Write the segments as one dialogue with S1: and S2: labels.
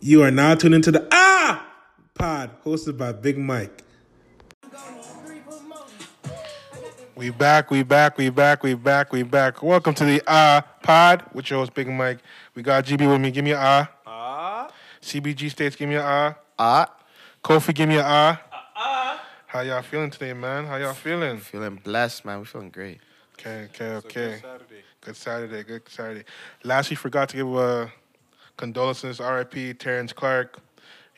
S1: You are now tuned into the Ah Pod, hosted by Big Mike.
S2: We back, we back, we back, we back, we back. Welcome to the Ah Pod with your host Big Mike. We got GB with me. Give me an Ah. Ah. CBG States, give me an Ah.
S3: Ah,
S2: Kofi, give me an Ah. Ah. How y'all feeling today, man? How y'all feeling?
S3: feeling blessed, man. We feeling great.
S2: Okay, okay, okay. Good Saturday, good Saturday. Last we forgot to give uh, condolences, RIP, Terrence Clark.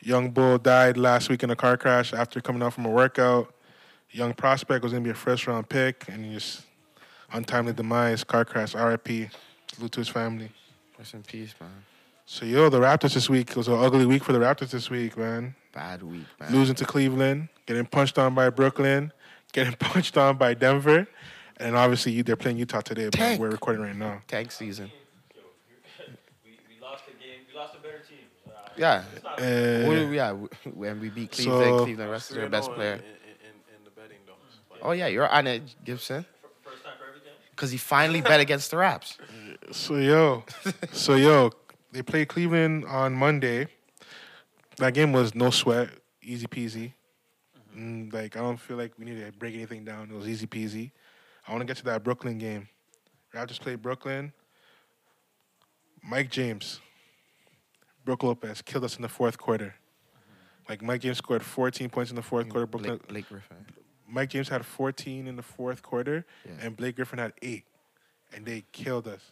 S2: Young Bull died last week in a car crash after coming out from a workout. Young Prospect was going to be a first round pick, and he just untimely demise, car crash, RIP, salute to his family.
S3: Rest in peace, man.
S2: So, yo, the Raptors this week it was an ugly week for the Raptors this week, man.
S3: Bad week, man.
S2: Losing to Cleveland, getting punched on by Brooklyn, getting punched on by Denver, and obviously they're playing Utah today, but
S3: Tank.
S2: we're recording right now.
S3: Tank season.
S4: we, we lost the game. We lost a better team. Uh,
S3: Yeah.
S4: it's not
S3: Where
S2: Uh,
S3: are we at? When we beat Cleveland,
S2: So-
S3: Cleveland rest their best player.
S5: In, in the betting though.
S3: Oh yeah, you're on it, Gibson.
S4: fir- first time for everything.
S3: Cause he finally bet against the Raps.
S2: so yo, so yo, they played Cleveland on Monday. That game was no sweat, easy peasy. Mm, like I don't feel like we need to break anything down. It was easy peasy. I want to get to that Brooklyn game. Raptors played Brooklyn. Mike James, Brooke Lopez killed us in the fourth quarter. Like Mike James scored 14 points in the
S6: Mm,
S2: fourth quarter. Brooklyn,
S3: Blake, Blake Griffin.
S2: Mike James had 14 in the fourth quarter,
S3: Yeah.
S2: and Blake Griffin had eight, and they killed us.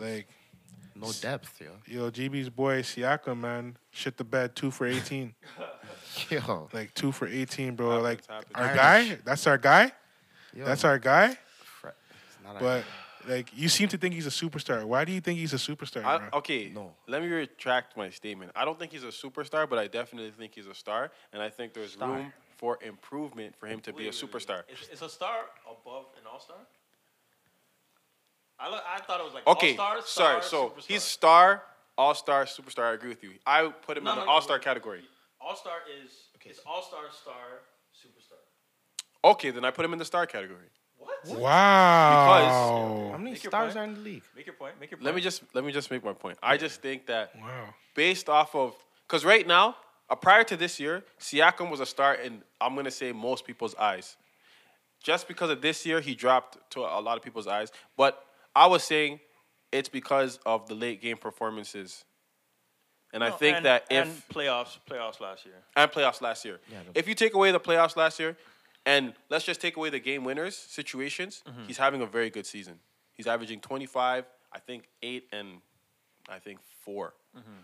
S2: Like
S3: No depth, yo.
S2: yo, GB's boy Siakam, man, shit the bed two for 18,
S3: Yo,
S2: like two for 18, bro. Like
S5: happens.
S2: our
S3: Irish.
S2: guy, that's our guy,
S3: yo.
S2: that's our guy.
S3: Fre- it's not our-
S2: But like, you seem to think he's a superstar. Why do you think he's a superstar?
S5: I,
S2: bro?
S5: okay,
S3: No.
S5: let me retract my statement. I don't think he's a superstar, but I definitely think he's a star, and I think there's room for improvement for him to be a
S4: Wait, wait, wait.
S5: superstar.
S4: Is, is a star above an all star? I, lo- I thought it was like
S5: Okay,
S4: all-star, star,
S5: sorry. So
S4: superstar.
S5: he's star, all star, superstar. I agree with you. I put him
S4: No,
S5: in
S4: no,
S5: the
S4: no,
S5: all star
S4: no.
S5: category.
S4: all star is it's all star star superstar.
S5: Okay, then I put him in the star category.
S4: What?
S2: wow,
S3: how many
S5: Make your
S3: stars
S5: point.
S3: are in the league?
S4: Make your point. Make your point.
S5: Let me just let me just make my point. I just think that
S2: wow.
S5: based off of because right now, uh, prior to this year, Siakam was a star in I'm gonna say most people's eyes. Just because of this year, he dropped to a lot of people's eyes. But I was saying it's because of the late game performances, and I
S4: No,
S5: think
S4: and-
S5: that if
S4: and playoffs playoffs last year.
S5: and playoffs last year.
S3: Yeah, the-
S5: if you take away the playoffs last year, and let's just take away the game winners situations,
S3: Mm-hmm.
S5: he's having a very good season. He's averaging 25, I think eight, and I think 4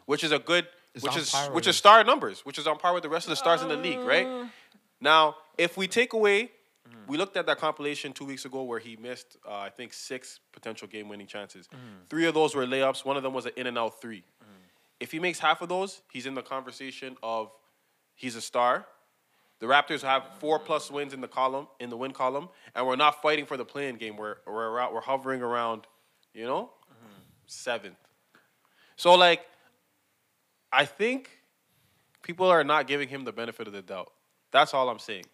S5: which is a good,
S3: Mm-hmm. It's
S5: which
S3: on
S5: is
S3: par with-
S5: which
S3: Oh.
S5: is star numbers, which is on par with the rest of the stars in the league, right? Now, if we take away,
S3: Mm-hmm.
S5: we looked at that compilation two weeks ago where he missed, uh, I think, six potential game winning chances.
S3: Mm-hmm.
S5: Three of those were layups, one of them was an in and out 3 If he makes half of those, he's in the conversation of he's a star. The Raptors have four plus wins in the column, in the win column, and we're not fighting for the play-in game. We're we're around, we're hovering around, you know, seventh. So like, I think people are not giving him the benefit of the doubt. That's all I'm saying.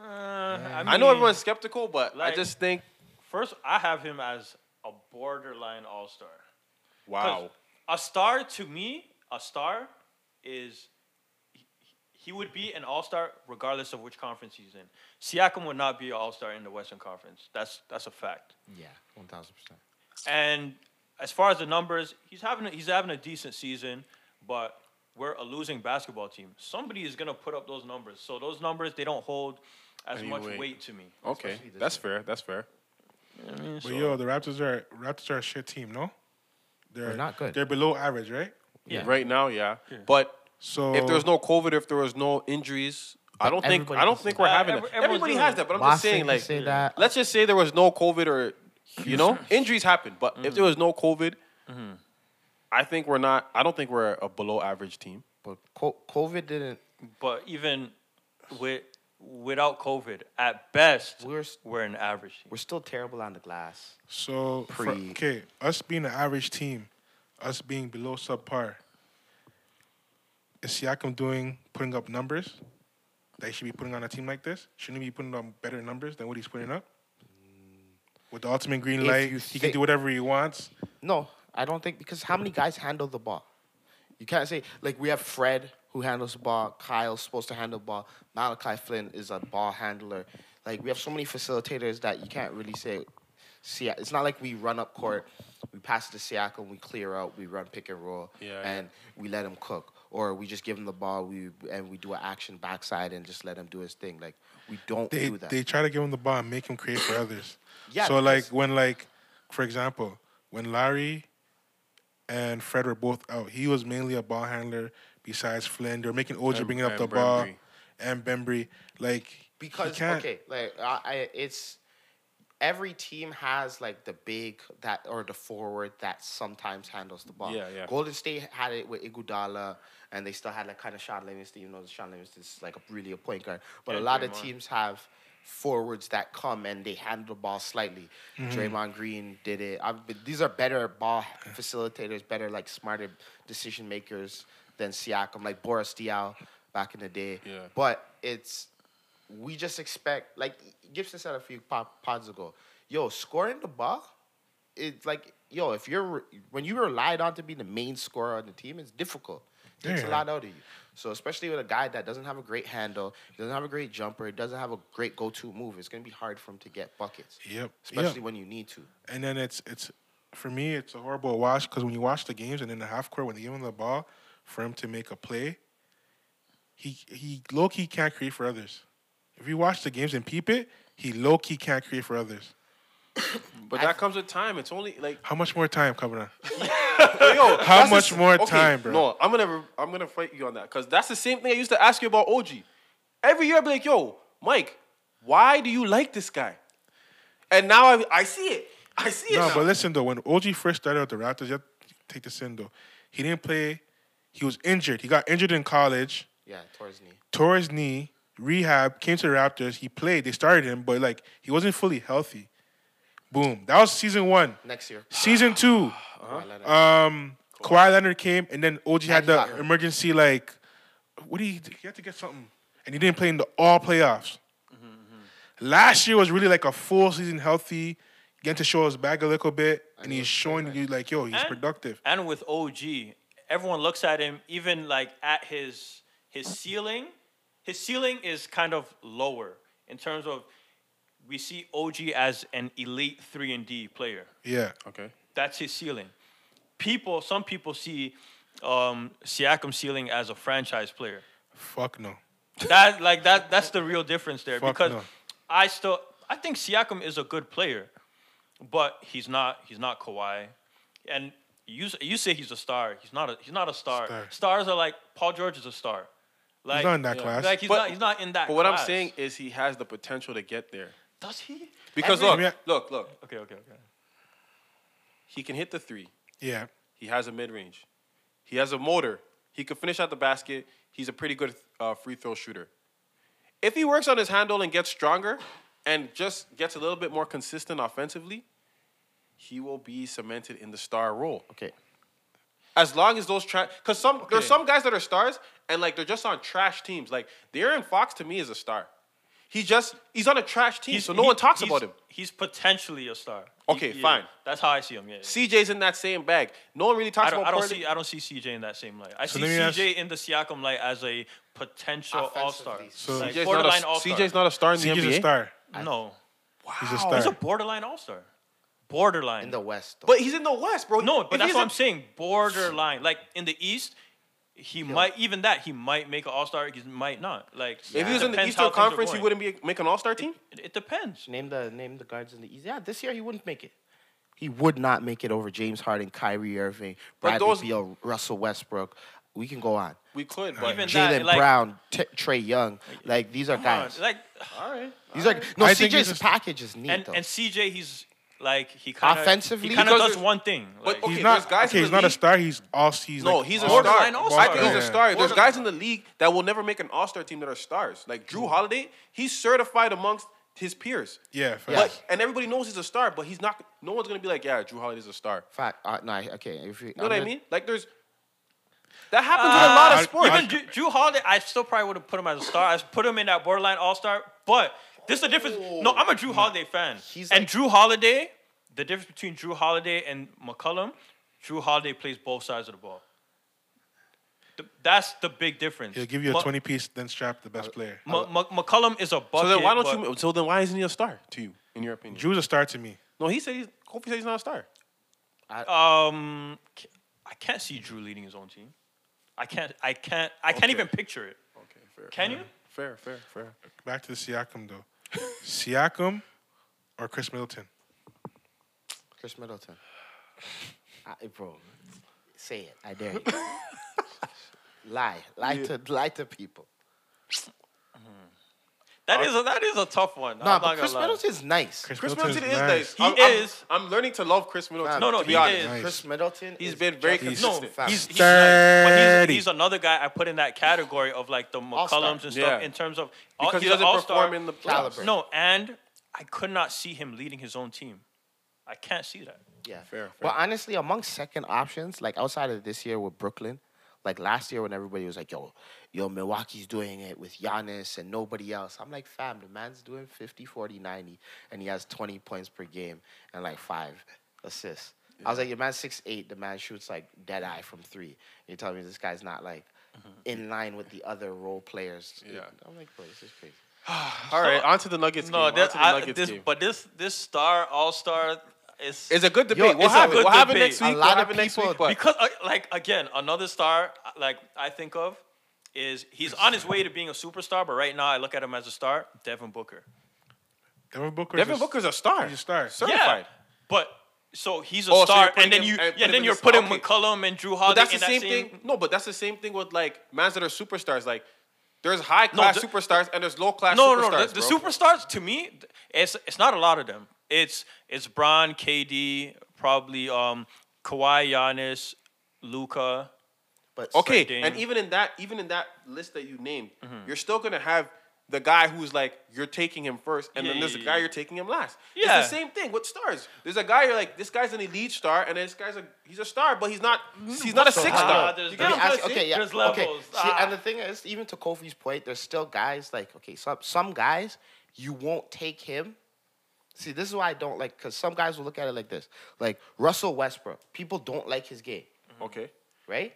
S4: Uh, I,
S5: I know
S4: mean,
S5: everyone's skeptical, but
S4: like-
S5: I just think
S4: First, I have him as a borderline all star. 'Cause
S5: wow.
S4: A star to me, a star is he- he would be an all star regardless of which conference he's in. Siakam would not be an all star in the Western Conference. That's that's a fact.
S3: Yeah, one thousand percent.
S4: And as far as the numbers, he's having a, he's having a decent season, but we're a losing basketball team. Somebody is gonna put up those numbers. So those numbers they don't hold as
S5: Any
S4: much
S5: weight.
S4: weight to me.
S5: Okay,
S3: this
S5: that's fair. That's fair.
S2: But yo, the Raptors are Raptors are a shit team, no? They're,
S3: not good.
S2: They're below average, right?
S4: Yeah.
S5: Right now, yeah. But
S2: So
S5: if there was no COVID, if there was no injuries, I don't think
S3: everybody
S5: I don't
S3: can
S5: think
S3: say
S5: we're
S4: that.
S5: having
S4: Uh, Every-
S5: that.
S4: everyone's
S5: Everybody
S4: doing
S5: has
S4: it.
S5: that, but I'm just saying, like,
S3: say that.
S5: let's just say there was no COVID or, you know, injuries happen. But if
S2: Mm.
S5: there was no COVID,
S2: Mm-hmm.
S5: I think we're not. I don't think we're a below average team.
S3: But co- COVID didn't.
S4: But even with without COVID, at best
S3: We're s-
S4: we're an average team.
S3: We're still terrible on the glass.
S2: So for-
S3: Pre-
S2: okay, us being an average team, us being below subpar, is Siakam doing putting up numbers that he should be putting on a team like this? Shouldn't he be putting up better numbers than what he's putting up? With the ultimate green
S3: If
S2: light,
S3: you
S2: he can
S3: thi-
S2: do whatever he wants.
S3: No, I don't think because how many guys handle the ball?
S6: You can't say like we have Fred who handles the ball, Kyle's supposed to handle the ball, Malachi Flynn is a ball handler. Like we have so many facilitators that you can't really say. See, it's not like we run up court, we pass it to Siakam, we clear out, we run pick and roll,
S5: Yeah, yeah.
S6: and we let him cook, or we just give him the ball, we and we do an action backside and just let him do his thing. Like we don't
S2: they
S6: do that.
S2: they try to give him the ball and make him create for others.
S6: Yeah,
S2: So like
S6: because-
S2: when like for example, when Larry and Fred were both out, he was mainly a ball handler besides Flynn. They were making OJ
S5: And-
S2: bringing up
S5: and
S2: the ball
S5: Bembry.
S2: and Bembry. Like he
S6: because
S2: can't-
S6: okay, like I, I, it's every team has like the big that or the forward that sometimes handles the ball.
S5: Yeah, yeah.
S6: Golden State had it with Iguodala, and they still had like kind of Sean Livingston, even though Sean Livingston is like a, really a point guard. But a
S4: And
S6: lot of
S4: Draymond.
S6: teams have forwards that come and they handle the ball slightly.
S5: Mm-hmm.
S6: Draymond Green did it. I, but these are better ball facilitators, better like smarter decision makers than Siakam, like Boris Diaw back in the day.
S5: Yeah.
S6: But it's we just expect like Gibson said a few po- pods ago. Yo, scoring the ball, it's like yo if you're when you relied on to be the main scorer on the team, it's difficult. It takes a
S2: Yeah.
S6: lot out of you. So especially with a guy that doesn't have a great handle, doesn't have a great jumper, doesn't have a great go-to move, it's gonna be hard for him to get buckets.
S2: Yep.
S6: Especially
S2: Yep.
S6: when you need to.
S2: and then it's it's for me it's a horrible watch because when you watch the games and in the half court when they give him the ball for him to make a play, he he low key can't create for others. If you watch the games and peep it, he low key can't create for others.
S5: But that comes with time. It's only like
S2: How much more time, Kavanaugh? How
S5: yo, that's the
S2: much
S5: s-
S2: more time, bro?
S5: No, I'm gonna re- I'm gonna fight you on that because that's the same thing I used to ask you about OG. Every year, I'd be like, "Yo, Mike, why do you like this guy?" And now I I see it. I see it.
S2: No,
S5: now.
S2: but listen though, when OG first started with the Raptors, you have to take this in though. He didn't play. He was injured. He got injured in college,
S6: Yeah, towards knee.
S2: tore his knee, rehab, came to the Raptors. He played. They started him, but like he wasn't fully healthy. Boom. That was season one.
S6: Next year.
S2: Season two,
S6: Kawhi Leonard.
S2: um, Kawhi Leonard came, and then OG had
S6: he
S2: the
S6: got hurt.
S2: emergency like, what do you? He had to get something, and he didn't play in the all playoffs.
S5: Mm-hmm,
S2: Last year was really like a full season healthy, getting to show his back a little bit, and, he's showing you like, yo, he's
S4: And-
S2: productive.
S4: And with OG, everyone looks at him, even like at his his ceiling. His ceiling is kind of lower in terms of we see OG as an elite three and D player.
S2: Yeah,
S5: okay.
S4: That's his ceiling. People, some people see um, Siakam ceiling as a franchise player.
S2: fuck no.
S4: That like that that's the real difference there
S2: Fuck
S4: because
S2: no.
S4: I still I think Siakam is a good player, but he's not he's not Kawhi, and you s- you say he's a star. He's not a he's not a star.
S2: Star.
S4: Stars are like Paul George is a star. Like,
S2: not in that class.
S4: Like he's
S5: But-
S4: not he's not in that.
S5: But what I'm
S4: class.
S5: saying is he has the potential to get there.
S4: does he?
S5: Because
S2: Every-
S5: look, look, look,
S4: Okay, okay, okay.
S5: he can hit the three.
S2: Yeah,
S5: He has a mid range. He has a motor. He can finish at the basket. He's a pretty good uh, free throw shooter. If he works on his handle and gets stronger and just gets a little bit more consistent offensively, he will be cemented in the star role.
S6: Okay.
S5: As long as those trash, because some there's some guys that are stars and like they're just on trash teams. Like De'Aaron Fox to me is a star. He just he's on a trash team, so no
S4: he-
S5: one talks
S4: he's-
S5: about him.
S4: He's potentially a star.
S5: Okay,
S4: Yeah,
S5: fine.
S4: That's how I see him. Yeah. yeah.
S5: CJ's in that same bag. No one really talks
S4: I don't,
S5: about.
S4: I don't
S5: Portland.
S4: see I don't see CJ in that same light. I see
S2: let me ask-
S4: CJ in the Siakam light as a potential all star.
S6: Offensively.
S2: So-
S4: like
S5: CJ's not, a,
S4: borderline all star.
S5: CJ's not a star in the
S2: CJ's
S5: NBA.
S2: a star.
S4: no.
S2: He's a
S5: Wow.
S2: star.
S4: He's a borderline all star. Borderline.
S6: In the West though.
S5: But he's in the West, bro.
S4: no,
S5: If
S4: but that's
S5: he's
S4: what
S5: in-
S4: I'm saying. Borderline. Like in the East, he might even that he might make an all star. He might not. Like
S5: If he was in the
S4: depends how
S5: Eastern
S4: things are
S5: Conference, he
S4: going.
S5: wouldn't be make an All Star team.
S4: It, it depends.
S6: Name the name the guards in the East. Yeah, this year he wouldn't make it. He would not make it over James Harden, Kyrie Irving,
S5: But
S6: Bradley
S5: those-
S6: Beal, Russell Westbrook. We can go on.
S5: We could, but
S4: Even- And that,
S6: Jalen
S4: like-
S6: Brown, T- Trey Young, like these are guys.
S4: Like
S5: all right.
S6: these are no
S2: I think
S6: CJ's
S2: it's just-
S6: package is neat
S4: and
S6: though.
S4: and CJ, he's like he kind of
S6: Offensively?
S4: He kind of
S5: Because
S4: does
S5: there's-
S4: one thing. Like,
S5: okay,
S2: He's
S5: there's
S2: not.
S5: guys in
S2: Okay,
S5: the
S2: he's not a
S5: league-
S2: star. He's all. He's
S5: No,
S2: like,
S5: he's a
S2: all-
S5: star.
S4: Borderline all-star.
S5: I think he's a
S2: Yeah.
S5: star. There's
S4: Borderline.
S5: guys in the league that will never make an All Star team that are stars. Like Drew Holiday, he's certified amongst his peers.
S2: Yeah,
S6: Yes.
S5: But and everybody knows he's a star, but he's not. No one's gonna be like, yeah, Drew Holiday's a star.
S6: Fact, uh, no, I- okay. If you,
S5: You know what I mean? Like there's that happens with a lot
S4: Uh,
S5: of sports.
S4: Even Drew, Drew Holiday, I still probably would have put him as a star. I put him in that borderline All Star, but this is the difference. No, I'm a Drew Holiday fan,
S6: He's
S4: and
S6: like-
S4: Drew Holiday. The difference between Drew Holiday and McCullum, Drew Holiday plays both sides of the ball. Th- that's the big difference.
S2: He'll give you a
S4: Ma-
S2: 20 piece, then strap the
S5: Uh,
S2: best player.
S4: Ma- Ma- McCollum is a bucket.
S5: So then why
S4: but-
S5: don't you? So then why isn't he a star to you in your opinion?
S2: Drew's a star to me.
S5: No, he said he's. Kofi said he's not a star.
S4: Um, c- I can't see Drew leading his own team. I can't. I can't. I can't
S5: Okay.
S4: even picture it.
S5: Okay, fair.
S4: Can you?
S5: Fair, fair, fair.
S2: Back to the Siakam though. Siakam or Chris Middleton?
S6: Chris Middleton. I, bro, say it. I dare you. lie, lie to lie to people.
S4: That is a, that is a tough one.
S6: nah,
S4: I'm not
S6: but
S4: gonna
S6: Chris
S4: lie.
S6: Middleton's nice. Chris,
S5: Chris Middleton is
S2: nice.
S5: nice.
S4: He
S5: I'm- I'm-
S4: is.
S5: I'm, learning to love Chris Middleton.
S6: No, no,
S5: to be
S4: he is.
S5: honest.
S6: Middleton.
S5: He's
S6: is
S5: been very
S6: just as
S5: consistent.
S4: No,
S6: fast.
S4: he's, he's, nice, but he's,
S2: Thirty.
S4: he's another guy I put in that category of like the
S6: All-star.
S4: McCollums and stuff
S5: Yeah.
S4: in terms of all-
S5: Because he
S4: he's an
S5: doesn't
S4: all-star.
S5: perform in the playoffs.
S6: Caliber.
S4: No, and I could not see him leading his own team. I can't see that.
S6: Yeah.
S5: Fair, fair.
S6: Well, honestly, among second options, like outside of this year with Brooklyn, like last year when everybody was like, yo, yo, Milwaukee's doing it with Giannis and nobody else. I'm like, fam, the man's doing 50, 40, 90, and he has 20 points per game and like five assists. I was like, your man's 6'8, the man shoots like dead eye from three. You're telling me this guy's not like in line with the other role players.
S5: Mm-hmm. Yeah.
S6: I'm like, bro, this is crazy.
S5: All right, on to the Nuggets game.
S4: No,
S5: on
S4: that,
S5: to the
S4: I,
S5: Nuggets
S4: this,
S5: game.
S4: but this this star all star is
S5: It's a good debate.
S6: it's
S5: We'll
S6: a
S5: have
S4: good
S5: it. We'll have it
S4: debate.
S5: next week.
S6: A
S5: We'll
S6: lot
S5: have
S6: of
S5: it next
S6: people-
S5: week. But
S4: because uh, like again another star uh, like I think of is he's on his way to being a superstar, but right now I look at him as a star. Devin Booker.
S2: Devin Booker.
S5: Devin Booker's a star.
S2: He's a star.
S5: Certified.
S4: Yeah, but so he's a
S5: Oh, so
S4: star,
S5: you're putting
S4: and then
S5: him-
S4: you
S5: and
S4: yeah,
S5: putting him
S4: then
S5: in
S4: you're
S5: the-
S4: putting
S5: okay.
S4: McCollum and Drew
S5: But
S4: Holiday
S5: that's the
S4: in that
S5: same thing. No, but that's the same thing with like mans that are superstars. Like there's high class
S4: the-
S5: superstars and there's low class
S4: No,
S5: superstars.
S4: no, no, the, the
S5: bro.
S4: superstars to me, th- it's it's not a lot of them. It's it's Bron, KD, probably um Kawhi, Giannis, Luca.
S6: But
S5: Okay,
S4: Dame.
S5: and even in that, even in that list that you named,
S4: Mm-hmm.
S5: you're still gonna have the guy who's like you're taking him first, and
S4: Yeah,
S5: then
S4: yeah,
S5: there's
S4: yeah,
S5: a guy
S4: yeah.
S5: you're taking him last.
S4: Yeah.
S5: It's the same thing with stars. There's a guy you're like, this guy's an elite star, and this guy's a he's a star, but he's not
S4: Mm-hmm.
S5: he's not a
S4: So
S5: six
S4: how-
S5: star.
S4: there's
S5: You
S4: that.
S6: Let
S5: get
S6: me
S5: what I'm
S6: ask-
S5: trying to
S6: okay,
S5: say?
S6: yeah.
S4: There's
S6: okay.
S4: levels.
S6: See,
S4: Ah.
S6: and the thing is, even to Kofi's point, there's still guys like okay, some some guys you won't take him. See, this is why I don't like because some guys will look at it like this, like Russell Westbrook. People don't like his game,
S5: Okay.
S6: right?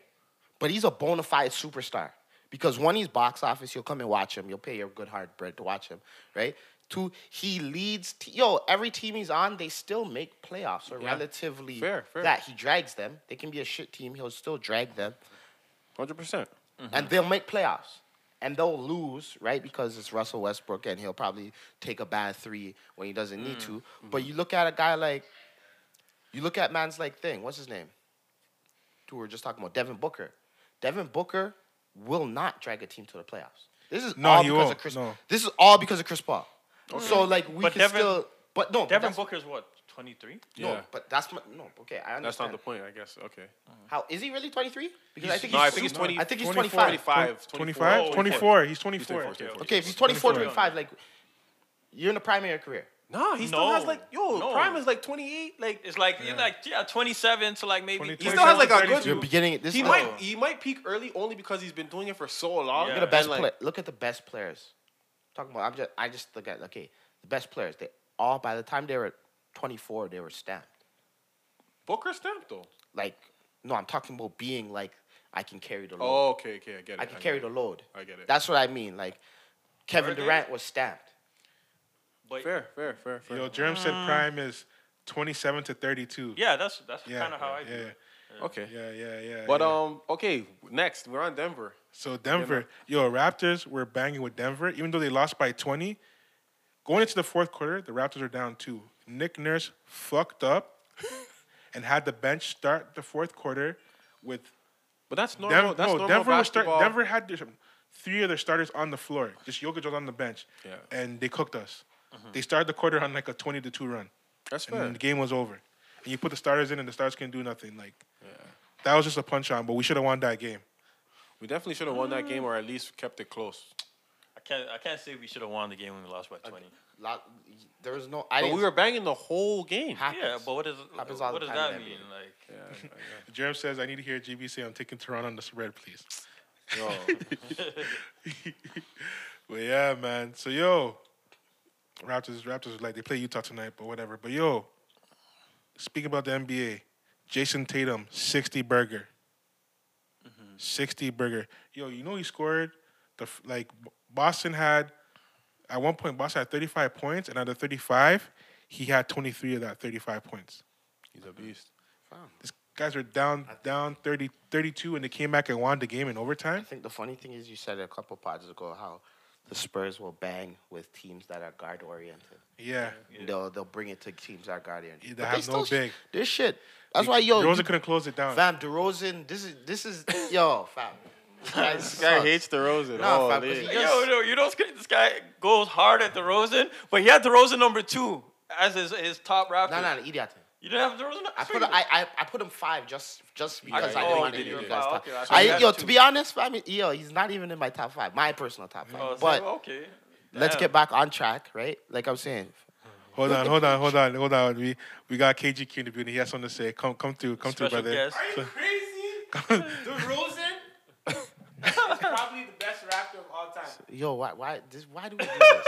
S6: But he's a bona fide superstar because one, he's box office. You'll come and watch him. You'll pay your good hard bread to watch him, right? Two, he leads. T- Yo, every team he's on, they still make playoffs or relatively
S5: Fair, fair.
S6: that he drags them. They can be a shit team. He'll still drag them
S5: Hundred percent.
S6: and they'll make playoffs. And they'll lose, right? Because it's Russell Westbrook and he'll probably take a bad three when he doesn't need
S5: Mm.
S6: to.
S5: Mm-hmm.
S6: But you look at a guy like, you look at man's like thing, what's his name? Who we were just talking about, Devin Booker. Devin Booker will not drag a team to the playoffs. This is
S2: No,
S6: all
S2: he
S6: because
S2: won't.
S6: of Chris
S2: No.
S6: This is all because of Chris Paul. So like we
S4: But
S6: can
S4: Devin-
S6: still but no but
S4: Devin
S6: that's-
S4: Booker's what twenty three.
S6: no,
S5: Yeah.
S6: but that's my, no, okay, I understand.
S5: That's not the point, I guess. Okay.
S6: How is he really 23? Because I think
S5: no,
S6: he's
S5: I think he's
S6: super-
S5: 20
S6: I think he's
S2: 24.
S6: 25.
S5: 25,
S2: 25?
S5: 24.
S2: 24. He's 24.
S5: He's 24,
S6: Okay, if he's 24, 25, like you're in the prime of your career.
S5: Nah, he
S4: No.
S5: still has like yo,
S4: No.
S5: prime is like twenty eight. Like
S4: It's like you're like yeah, twenty seven to like maybe.
S2: 22.
S5: he still has like a
S2: 27,
S5: good.
S6: You're beginning at this.
S5: He
S6: level.
S5: might he might peak early only because he's been doing it for so long.
S4: Yeah.
S6: Look at the best
S5: And, like,
S6: play- Look at the best players. Talking about, I'm just, I just look at okay, the best players. They all by the time they were 24, they were stamped.
S5: Booker stamped though.
S6: Like, no, I'm talking about being like I can carry the load.
S5: Oh, okay, okay, I get it.
S6: I can
S5: get
S6: carry
S5: it.
S6: the load.
S5: I get it.
S6: That's what I mean. Like, Kevin
S4: Were they?
S6: Durant was stamped.
S4: But
S5: Fair, fair, fair, fair.
S2: Yo, Jerem said prime is 27 to 32.
S4: yeah, that's that's
S2: Yeah,
S4: kind of how I
S2: yeah,
S4: do. it.
S5: okay.
S2: yeah, yeah, yeah.
S5: But
S2: yeah.
S5: um, okay. Next, we're on Denver.
S2: so Denver, yo, Raptors were banging with Denver, even though they lost by 20. Going into the fourth quarter, the Raptors are down two. Nick Nurse fucked up and had the bench start the fourth quarter with
S5: But that's normal.
S2: Denver.
S5: that's
S2: no,
S5: normal
S2: Denver was start,
S5: basketball.
S2: Denver had their- three of their starters on the floor. Just Jokic was on the bench,
S5: Yeah. Mm-hmm.
S2: and they cooked us. They started the quarter on like a 20 to two run.
S5: That's
S2: and
S5: fair.
S2: then the game was over. And you put the starters in, and the starters couldn't do nothing. Like that was just a punch on, but we should have won that game.
S5: We definitely should have won that game, or at least kept it close.
S4: I can't I can't say we should have won the game when we lost by twenty.
S6: Lot, there was no. I
S5: But
S6: didn't.
S5: we were banging the whole game.
S6: happens.
S4: Yeah, but what does
S6: Happens all
S4: what
S6: the
S4: does
S6: time in
S4: that
S6: NBA.
S4: mean? Like
S2: Jerem says, "I need to hear GB say I'm taking Toronto on the spread, please."
S5: Yo,
S2: But yeah, man. So yo, Raptors, Raptors like they play Utah tonight, but whatever. But yo,
S6: Mm-hmm.
S2: speaking about the NBA, Jason Tatum, 60 burger. sixty burger. Yo, you know he scored. The f- like B- Boston had at one point Boston had thirty five points, and out of thirty five, he had twenty three of that thirty five points.
S5: He's a beast.
S2: These guys were down down 30, 32, and they came back and won the game in
S6: I
S2: overtime.
S6: think the funny thing is you said a couple pods ago how the Spurs will bang with teams that are guard oriented.
S2: Yeah,
S6: They'll they'll bring it to teams that are guard
S2: Yeah,
S6: oriented.
S2: they have no big.
S6: This shit. That's why yo,
S2: DeRozan
S6: you-
S2: couldn't close it down.
S6: fam DeRozan. This is this is yo, fam.
S5: This guy hates the rose at
S6: Nah,
S5: all.
S6: fam, 'cause he
S5: yeah.
S6: just-
S4: Yo, yo, you know this guy- this guy goes hard at DeRozan, but he had DeRozan number two as his, his top rapper.
S6: No, no, idiot.
S4: You didn't have DeRozan.
S6: I put I, I I put him five just just because I,
S5: oh,
S6: didn't
S5: you
S6: want
S5: did,
S6: to
S5: you
S6: give you
S5: did.
S6: guys
S4: Oh,
S6: time.
S4: okay, I see. You
S6: I,
S4: had
S6: yo,
S4: two.
S6: to be honest, fam, yo, he's not even in my top five, my personal top five.
S4: Oh, so,
S6: but
S4: okay.
S6: let's
S4: Damn.
S6: get back on track, right? Like I'm saying,
S2: Hold on, hold on, hold on, hold on. We we got KGQ in the building. He has something to say. Come come through, come through,
S4: Special
S2: brother.
S4: guest.
S7: Probably the best rapper of all time.
S6: yo, why why this why do we do this?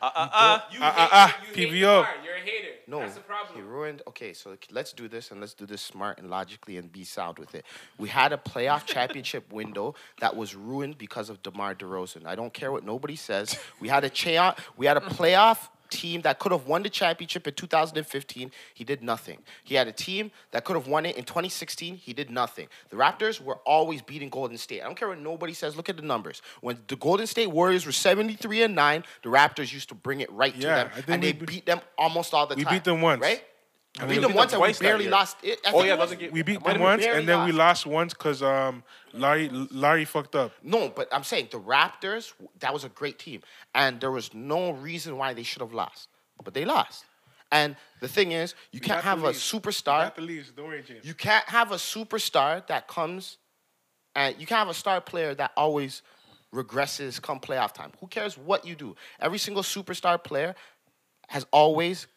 S4: Uh, uh, uh.
S7: You
S2: Ah,
S7: hate,
S2: ah, ah,
S7: you hate
S2: PVO.
S7: Lamar. You're a hater.
S6: No,
S7: That's the
S6: he
S7: problem.
S6: ruined. Okay, so let's do this and let's do this smart and logically and be sound with it. We had a playoff championship window that was ruined because of DeMar DeRozan. I don't care what nobody says. We had a cha- We had a playoff team that could have won the championship in 2015. He did nothing. He had a team that could have won it in 2016. He did nothing. The Raptors were always beating Golden State. I don't care what nobody says. Look at the numbers. When the Golden State Warriors were 73 and 9, the Raptors used to bring it right
S2: Yeah,
S6: to
S2: I
S6: them
S2: think
S6: and
S2: we
S6: they
S2: be-
S6: beat them almost all the
S2: We
S6: time.
S2: beat them once.
S6: right?
S2: I
S6: beat
S2: mean,
S6: them
S5: beat
S6: once
S5: them
S6: and we
S5: twice that
S6: barely
S5: year.
S6: lost it. I
S5: Oh
S6: think
S5: yeah,
S6: it was-
S5: another game.
S2: We beat
S6: Might
S2: them
S6: have
S2: once,
S6: barely
S2: and then we lost
S6: lost.
S2: once because um, Larry Larry fucked up.
S6: No, but I'm saying the Raptors, that was a great team. And there was no reason why they should have lost. But they lost. And the thing is, you can't
S2: got the
S6: have a
S2: lead.
S6: superstar.
S2: Not the Leafs. Don't worry, James.
S6: You can't have a superstar that comes and you can't have a star player that always regresses come playoff time. Who cares what you do? Every single superstar player has always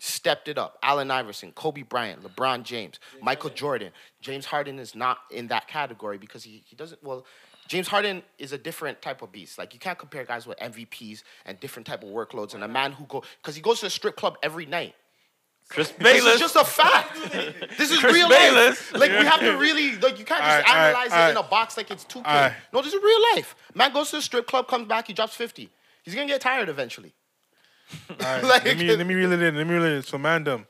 S6: stepped it up. Allen Iverson, Kobe Bryant, LeBron James, Michael Jordan. James Harden is not in that category because he, he doesn't well James Harden is a different type of beast. Like you can't compare guys with MVPs and different type of workloads and a man who go because he goes to a strip club every night.
S4: Chris
S6: This is
S4: Bayless.
S6: just a fact. This is
S4: Chris
S6: real
S4: Bayless.
S6: life. Like we have to really like you can't just
S2: Aight, aight,
S6: analyze it in a
S2: aight.
S6: box like it's 2K.
S2: Aight.
S6: No, this is real life. Man goes to the strip club, comes back, he drops 50. He's gonna get tired eventually.
S2: All right,
S6: Like-
S2: let me let me reel it in. Let me reel it in. So, Mandem,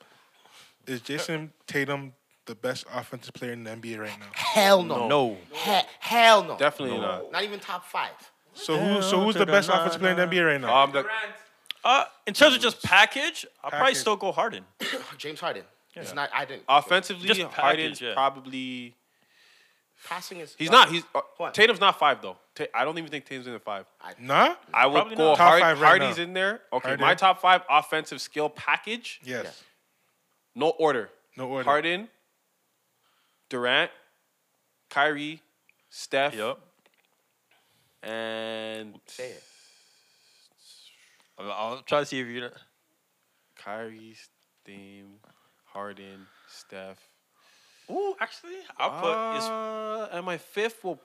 S2: is Jason Tatum the best offensive player in the NBA right now?
S6: Hell no.
S3: No.
S6: He- hell no.
S5: Definitely not.
S6: Not even top five.
S2: So who so who's the best offensive player in the NBA right now?
S5: Um, the,
S7: Durant.
S4: Uh, in terms of just package, I'll probably
S2: Package.
S4: still go Harden.
S6: James Harden. It's not. I didn't.
S5: Uh, offensively,
S4: Just package,
S5: Harden's
S4: yeah.
S5: probably
S6: Passing is.
S5: he's not. He's uh,
S6: What?
S5: Tatum's not five though. Ta- I don't even think Tatum's in the five.
S2: nah.
S5: I would
S4: Probably
S5: go
S4: not.
S2: Top
S5: Hard,
S2: five right
S5: Hardy's
S2: now.
S5: in there. Okay,
S2: Harden.
S5: my top five offensive skill package.
S2: Yes.
S5: No order.
S2: No order.
S5: Harden, Durant, Kyrie, Steph,
S4: Yep.
S5: and
S6: Say it.
S4: I'll, I'll try to see if you.
S5: Kyrie, Steam, Harden, Steph.
S4: Ooh, actually, I'll put. Is,
S5: Uh, and my fifth will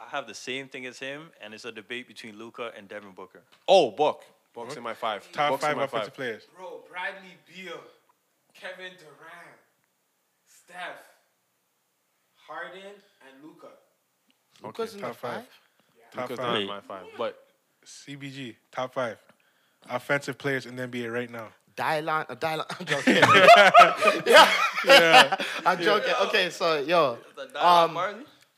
S4: I have the same thing as him, and it's a debate between Luca and Devin Booker.
S5: oh book. Book's in my five.
S2: Top
S5: Book's in
S2: five
S5: my
S2: offensive players.
S7: Bro, Bradley Beal, Kevin Durant, Steph, Harden, and Luca.
S6: Luka's in
S2: top
S6: the five.
S2: five. Top
S5: Luka's
S2: five.
S5: not in my five, but
S2: CBG. Top five. Offensive players in the NBA right now.
S6: Dylan. Uh, Dylan. I'm joking. yeah. I'm joking. Okay, so yo, um,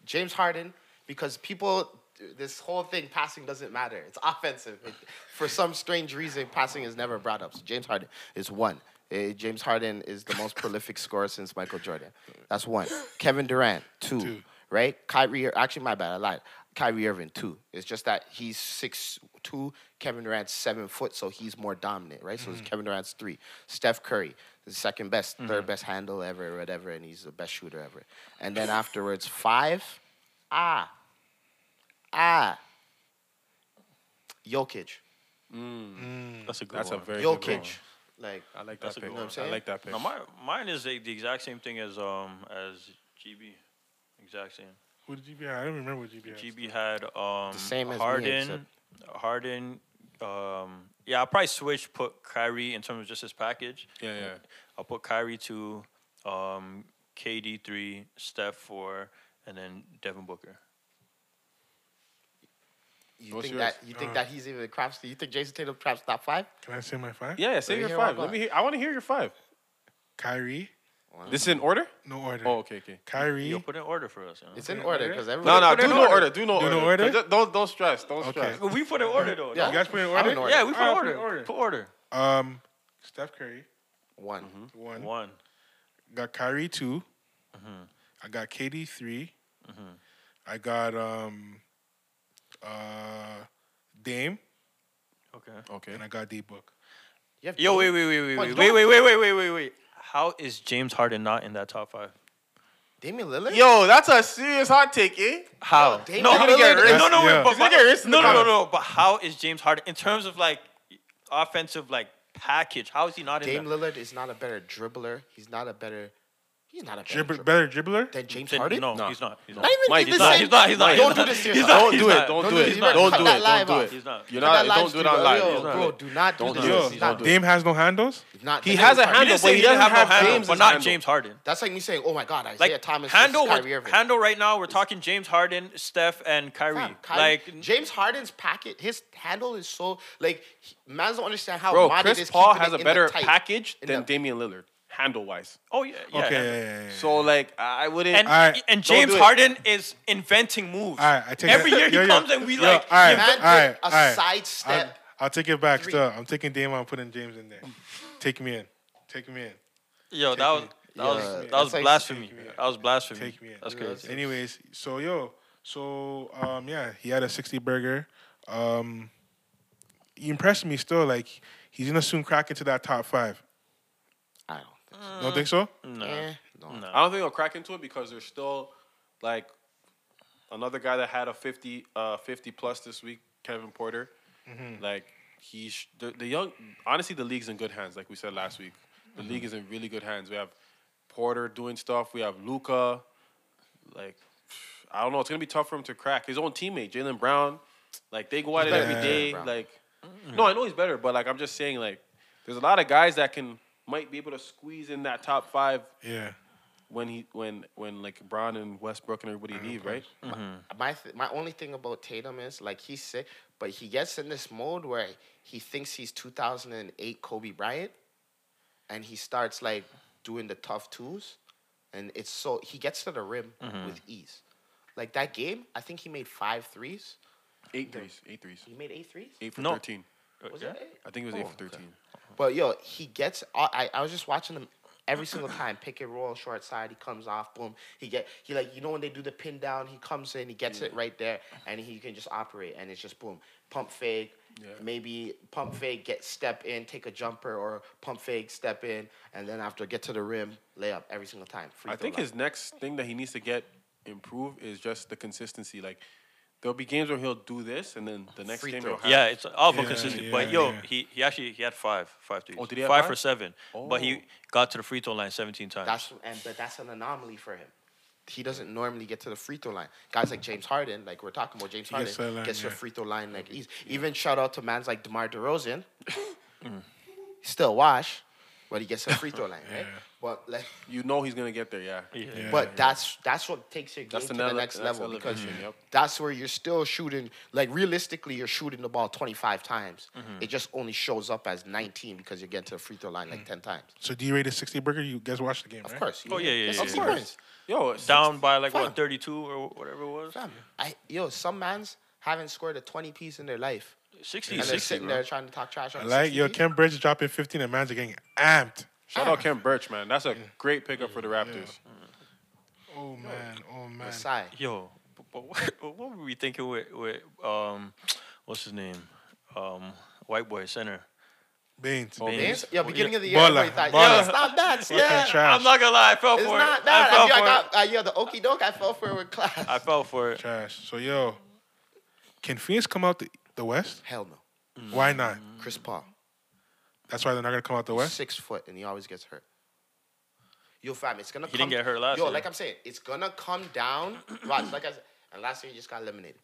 S6: James Harden, because people, this whole thing, passing doesn't matter. It's offensive. It- for some strange reason, passing is never brought up. So James Harden is one. Eh, James Harden is the most prolific scorer since Michael Jordan. That's one. Kevin Durant, two. Right? Kyrie, actually, my bad, I lied. Kyrie Irving, two. It's just that he's six two. Kevin Durant's seven foot, so he's more dominant, right? So it's Kevin Durant's three. Steph Curry, the second best, third best handle ever, or whatever, and he's the best shooter ever. And then afterwards, five. Ah. Ah. Jokic.
S4: That's a good
S5: mm. that's a
S4: one.
S5: very good pick.
S6: Jokic. Like,
S5: I like
S4: That's a good
S5: that pick.
S4: one.
S6: You know what I'm
S5: I like that pick.
S4: No, my, mine is the, the exact same thing as um as GB, exact same.
S2: Who did GB have? I don't remember what GB had.
S4: GB had um
S6: same as me,
S4: Harden,
S6: except-
S4: Harden. Um, yeah, I'll probably switch put Kyrie in terms of just his package.
S5: yeah, yeah.
S4: I'll put Kyrie to um, KD three, Steph four, and then Devin Booker.
S6: You
S5: What's
S6: think
S5: yours?
S6: that you think that he's even craps? You think Jason Tatum craps top five?
S2: Can I say my five?
S5: Yeah, say
S6: me
S5: your
S6: hear what I
S5: five. Let
S6: got.
S5: me hear. I want to hear your five.
S2: Kyrie,
S5: This is in order.
S2: no order.
S5: Oh, okay, okay.
S2: Kyrie.
S4: Yo, put in order for us. You know?
S6: It's in order because
S5: No,
S6: everyone.
S5: no,
S4: put it
S5: do
S4: in
S5: no
S4: order.
S5: order. Do no
S2: Do no
S5: order.
S2: order?
S5: Ju- Don't don't stress. Don't
S2: Okay.
S5: stress.
S4: But we put in order though.
S6: Yeah.
S4: no?
S2: You guys put in
S6: I'm in
S2: order?
S6: order.
S4: yeah, we put in
S2: Alright, put
S4: order.
S2: in order.
S4: Put order.
S2: Um, Steph Curry,
S6: Hmm? One.
S2: one.
S4: One.
S2: Got Kyrie, 2 I got KD, 3 I got um, uh, Dame,
S4: Okay.
S5: Okay.
S2: and I got D Book.
S6: You have
S4: Yo,
S6: Dame.
S4: wait, wait, wait, wait,
S6: But
S4: wait, wait,
S6: don't-
S4: wait, wait, wait, wait, wait, wait. How is James Harden not in that top five?
S6: Damian Lillard.
S5: Yo, that's a serious hot take, eh?
S4: How?
S6: Damian
S4: no,
S6: Lillard
S4: no,
S6: is-
S4: no, no, wait,
S2: Yeah.
S4: but,
S5: He's gonna get rinsed in
S4: no,
S5: the
S4: no, no,
S5: comments.
S4: no. But how is James Harden in terms of like offensive like package? How is he not in?
S6: Dame
S4: that?
S6: Lillard is not a better dribbler. He's not a better. He's not a better
S2: Dribble,
S6: dribbler
S2: better dribbler?
S6: than James
S4: Then-
S6: Harden.
S4: No,
S5: No.
S4: he's not. He's not.
S6: Not even
S5: Mike,
S6: in
S5: he's
S6: the
S5: not,
S6: same-
S4: he's not, he's not,
S6: Mike,
S4: he's
S6: Don't
S4: not.
S6: do this to
S4: He's
S6: yourself.
S4: not.
S5: Don't do it. Don't
S6: Don't
S5: do
S6: do
S5: it.
S6: this. Cut
S5: Don't
S6: that
S5: do it.
S6: live
S5: Don't do
S6: off.
S5: it.
S4: He's not.
S5: You're
S6: Cut
S5: not.
S6: that
S5: Don't
S6: live
S5: do it
S6: stream.
S5: on
S6: Yo,
S5: live.
S6: yo,
S5: He's not-
S6: Bro, do not do
S5: Don't
S6: this.
S5: do
S2: Yo,
S5: it.
S6: He's
S5: Don't
S6: not
S5: do
S2: Dame has no handles?
S6: He's not-
S5: He
S6: Dame
S5: has a
S6: Harden.
S5: handle, but he doesn't have
S4: handle,
S5: James.
S4: but not James Harden.
S6: That's like me saying, "Oh my God, Isaiah
S4: Like
S6: Thomas
S4: handle,
S6: versus Kyrie
S4: we're-
S6: Irving."
S4: handle right now. We're talking James Harden, Steph, and Kyrie.
S6: Fam, Kyrie-
S4: like
S6: James Harden's packet, his handle is so like he- man don't understand how
S5: Bro,
S6: minded
S5: Chris
S6: is
S5: Paul
S6: keeping
S5: has
S6: it
S5: a
S6: in the
S5: better
S6: tight.
S5: package
S6: in
S5: than
S6: the-
S5: Damian Lillard, handle wise.
S4: oh yeah, yeah.
S2: Okay.
S4: handle.
S5: So like, I wouldn't.
S4: And,
S2: Alright.
S4: and
S5: Don't
S4: James
S5: do it.
S4: Harden is inventing moves.
S2: All right, I take
S4: Every
S2: that-
S4: year he
S2: yo, yo.
S4: comes and we
S2: Yo,
S4: like.
S2: all right,
S6: Man
S2: all right,
S6: took a
S2: all right.
S6: sidestep.
S2: I'm- I'll take it back. Still, I'm taking Dame. I'm putting James in there. Take me in. Take me in.
S4: Yo, that was that
S6: Yeah,
S4: was that
S6: that's
S4: was
S6: like-
S4: blasphemy.
S2: Take me out.
S4: That was blasphemy.
S2: Take me in.
S4: That's crazy.
S2: Anyways, so yo, so um, yeah, he had a sixty burger. Um, he impressed me still. Like he's gonna soon crack into that top five.
S6: I don't. Think
S2: Don't think so?
S5: Mm,
S4: No,
S6: Eh, no.
S5: I don't think they'll crack into it because there's still like another guy that had a 50, uh, 50 plus this week, Kevin Porter. Like he, sh- the, the young, honestly, the league's in good hands. Like we said last week, the league is in really good hands. We have Porter doing stuff. We have Luca. Like I don't know, it's gonna be tough for him to crack. His own teammate, Jalen Brown. Like they go at it
S2: better
S5: every
S2: than
S5: day.
S6: Jaylen Brown.
S5: Like no, I know he's better, but like I'm just saying, like there's a lot of guys that can might be able to squeeze in that top five
S2: Yeah.
S5: when he when when like Brown and Westbrook and everybody leave, right?
S6: My th- my only thing about Tatum is like he's sick, but he gets in this mode where he thinks he's 2008 Kobe Bryant, and he starts like doing the tough twos, and it's so he gets to the rim with ease. Like that game, I think he made five threes.
S5: Eight threes, eight threes,
S6: He made eight threes.
S5: eight for
S4: No.
S5: thirteen.
S6: Was it eight?
S5: I think it was eight for
S6: Oh, okay.
S5: thirteen.
S6: But yo, he gets. I I I was just watching him every single time. Pick and roll, short side. He comes off. Boom. He get. He like you know when they do the pin down. He comes in. He gets it right there, and he can just operate. And it's just boom. Pump fake.
S5: Yeah.
S6: Maybe pump fake. Get step in. Take a jumper or pump fake. Step in, and then after get to the rim, lay up every single time. Free
S5: I
S6: throw
S5: think
S6: line.
S5: his next thing that he needs to get improve is just the consistency. Like there'll be games where he'll do this, and then the next
S6: Free
S5: game
S6: throw.
S5: he'll have.
S4: Yeah, it's all about
S2: Yeah,
S4: consistency.
S2: yeah,
S4: but yo,
S2: yeah.
S4: he, he actually he had five five threes.
S5: Oh, did he have
S4: five,
S5: five?
S4: for seven? But
S5: Oh.
S4: he got to the free throw line seventeen times.
S6: That's and but that's an anomaly for him. He doesn't normally get to the free throw line. Guys like James Harden, like we're talking about, James
S2: He
S6: Harden
S2: gets
S6: gets,
S2: to the line,
S6: to the
S2: yeah.
S6: free throw line like easy. Even shout out to mans like DeMar DeRozan,
S2: Mm.
S6: still wash, but he gets to the free throw line, right?
S2: Yeah.
S6: But like,
S5: You know he's gonna get there, yeah.
S2: Yeah. Mm.
S6: but that's that's what takes your game
S5: That's
S6: to
S5: the,
S6: the
S5: ele-
S6: next
S5: that's
S6: level because
S5: elevation, yep.
S6: that's where you're still shooting. Like realistically, you're shooting the ball 25 times. It just only shows up as 19 because you're getting to the free throw line like
S2: Mm.
S6: 10 times.
S2: So D rated sixty burger. You guys watched the game,
S6: Of
S2: right?
S6: course.
S4: Oh, yeah, yeah,
S6: That's
S4: yeah,
S6: the
S4: yeah.
S6: difference.
S5: Yo, it's-
S4: Down by like
S6: Fam.
S4: what thirty two or whatever it was.
S6: Fam, I, yo, some mans haven't scored a 20 piece in their life.
S4: Sixty,
S6: And they're
S4: 60,
S6: sitting
S4: bro.
S6: there trying to talk trash on
S2: I
S6: a
S2: like yo,
S6: 60.
S2: Ken Bridge dropping fifteen, and man's are getting amped.
S5: shout out Ken Birch, man. That's a great pickup for the Raptors.
S2: Oh man, oh man.
S6: Masai.
S4: Yo, but, but what, what were we thinking with with um, what's his name, um, white boy center?
S2: Baines.
S5: Oh,
S4: Baines.
S6: Dance? Yo,
S4: Well,
S6: beginning
S4: yeah.
S6: of the year,
S2: Baller,
S6: everybody thought,
S2: baller.
S6: yo, it's not that. Yeah.
S2: trash.
S4: I'm not gonna lie, I fell
S6: It's
S4: for
S6: not
S4: it.
S6: that.
S4: I fell
S6: Yo, I
S4: for it.
S6: got, uh, yo, the okie doke, I fell for it with class.
S4: I fell for it.
S2: Trash. So yo, can Phoenix come out the, the West?
S6: Hell no.
S2: Why not?
S6: Chris Paul,
S2: That's why they're not gonna come out the West.
S6: six foot, and he always gets hurt. Yo, fam, it's gonna
S4: He
S6: come.
S4: didn't get hurt last
S6: Yo,
S4: year.
S6: like I'm saying, it's gonna come down. Watch, like I said, and last year he just got eliminated.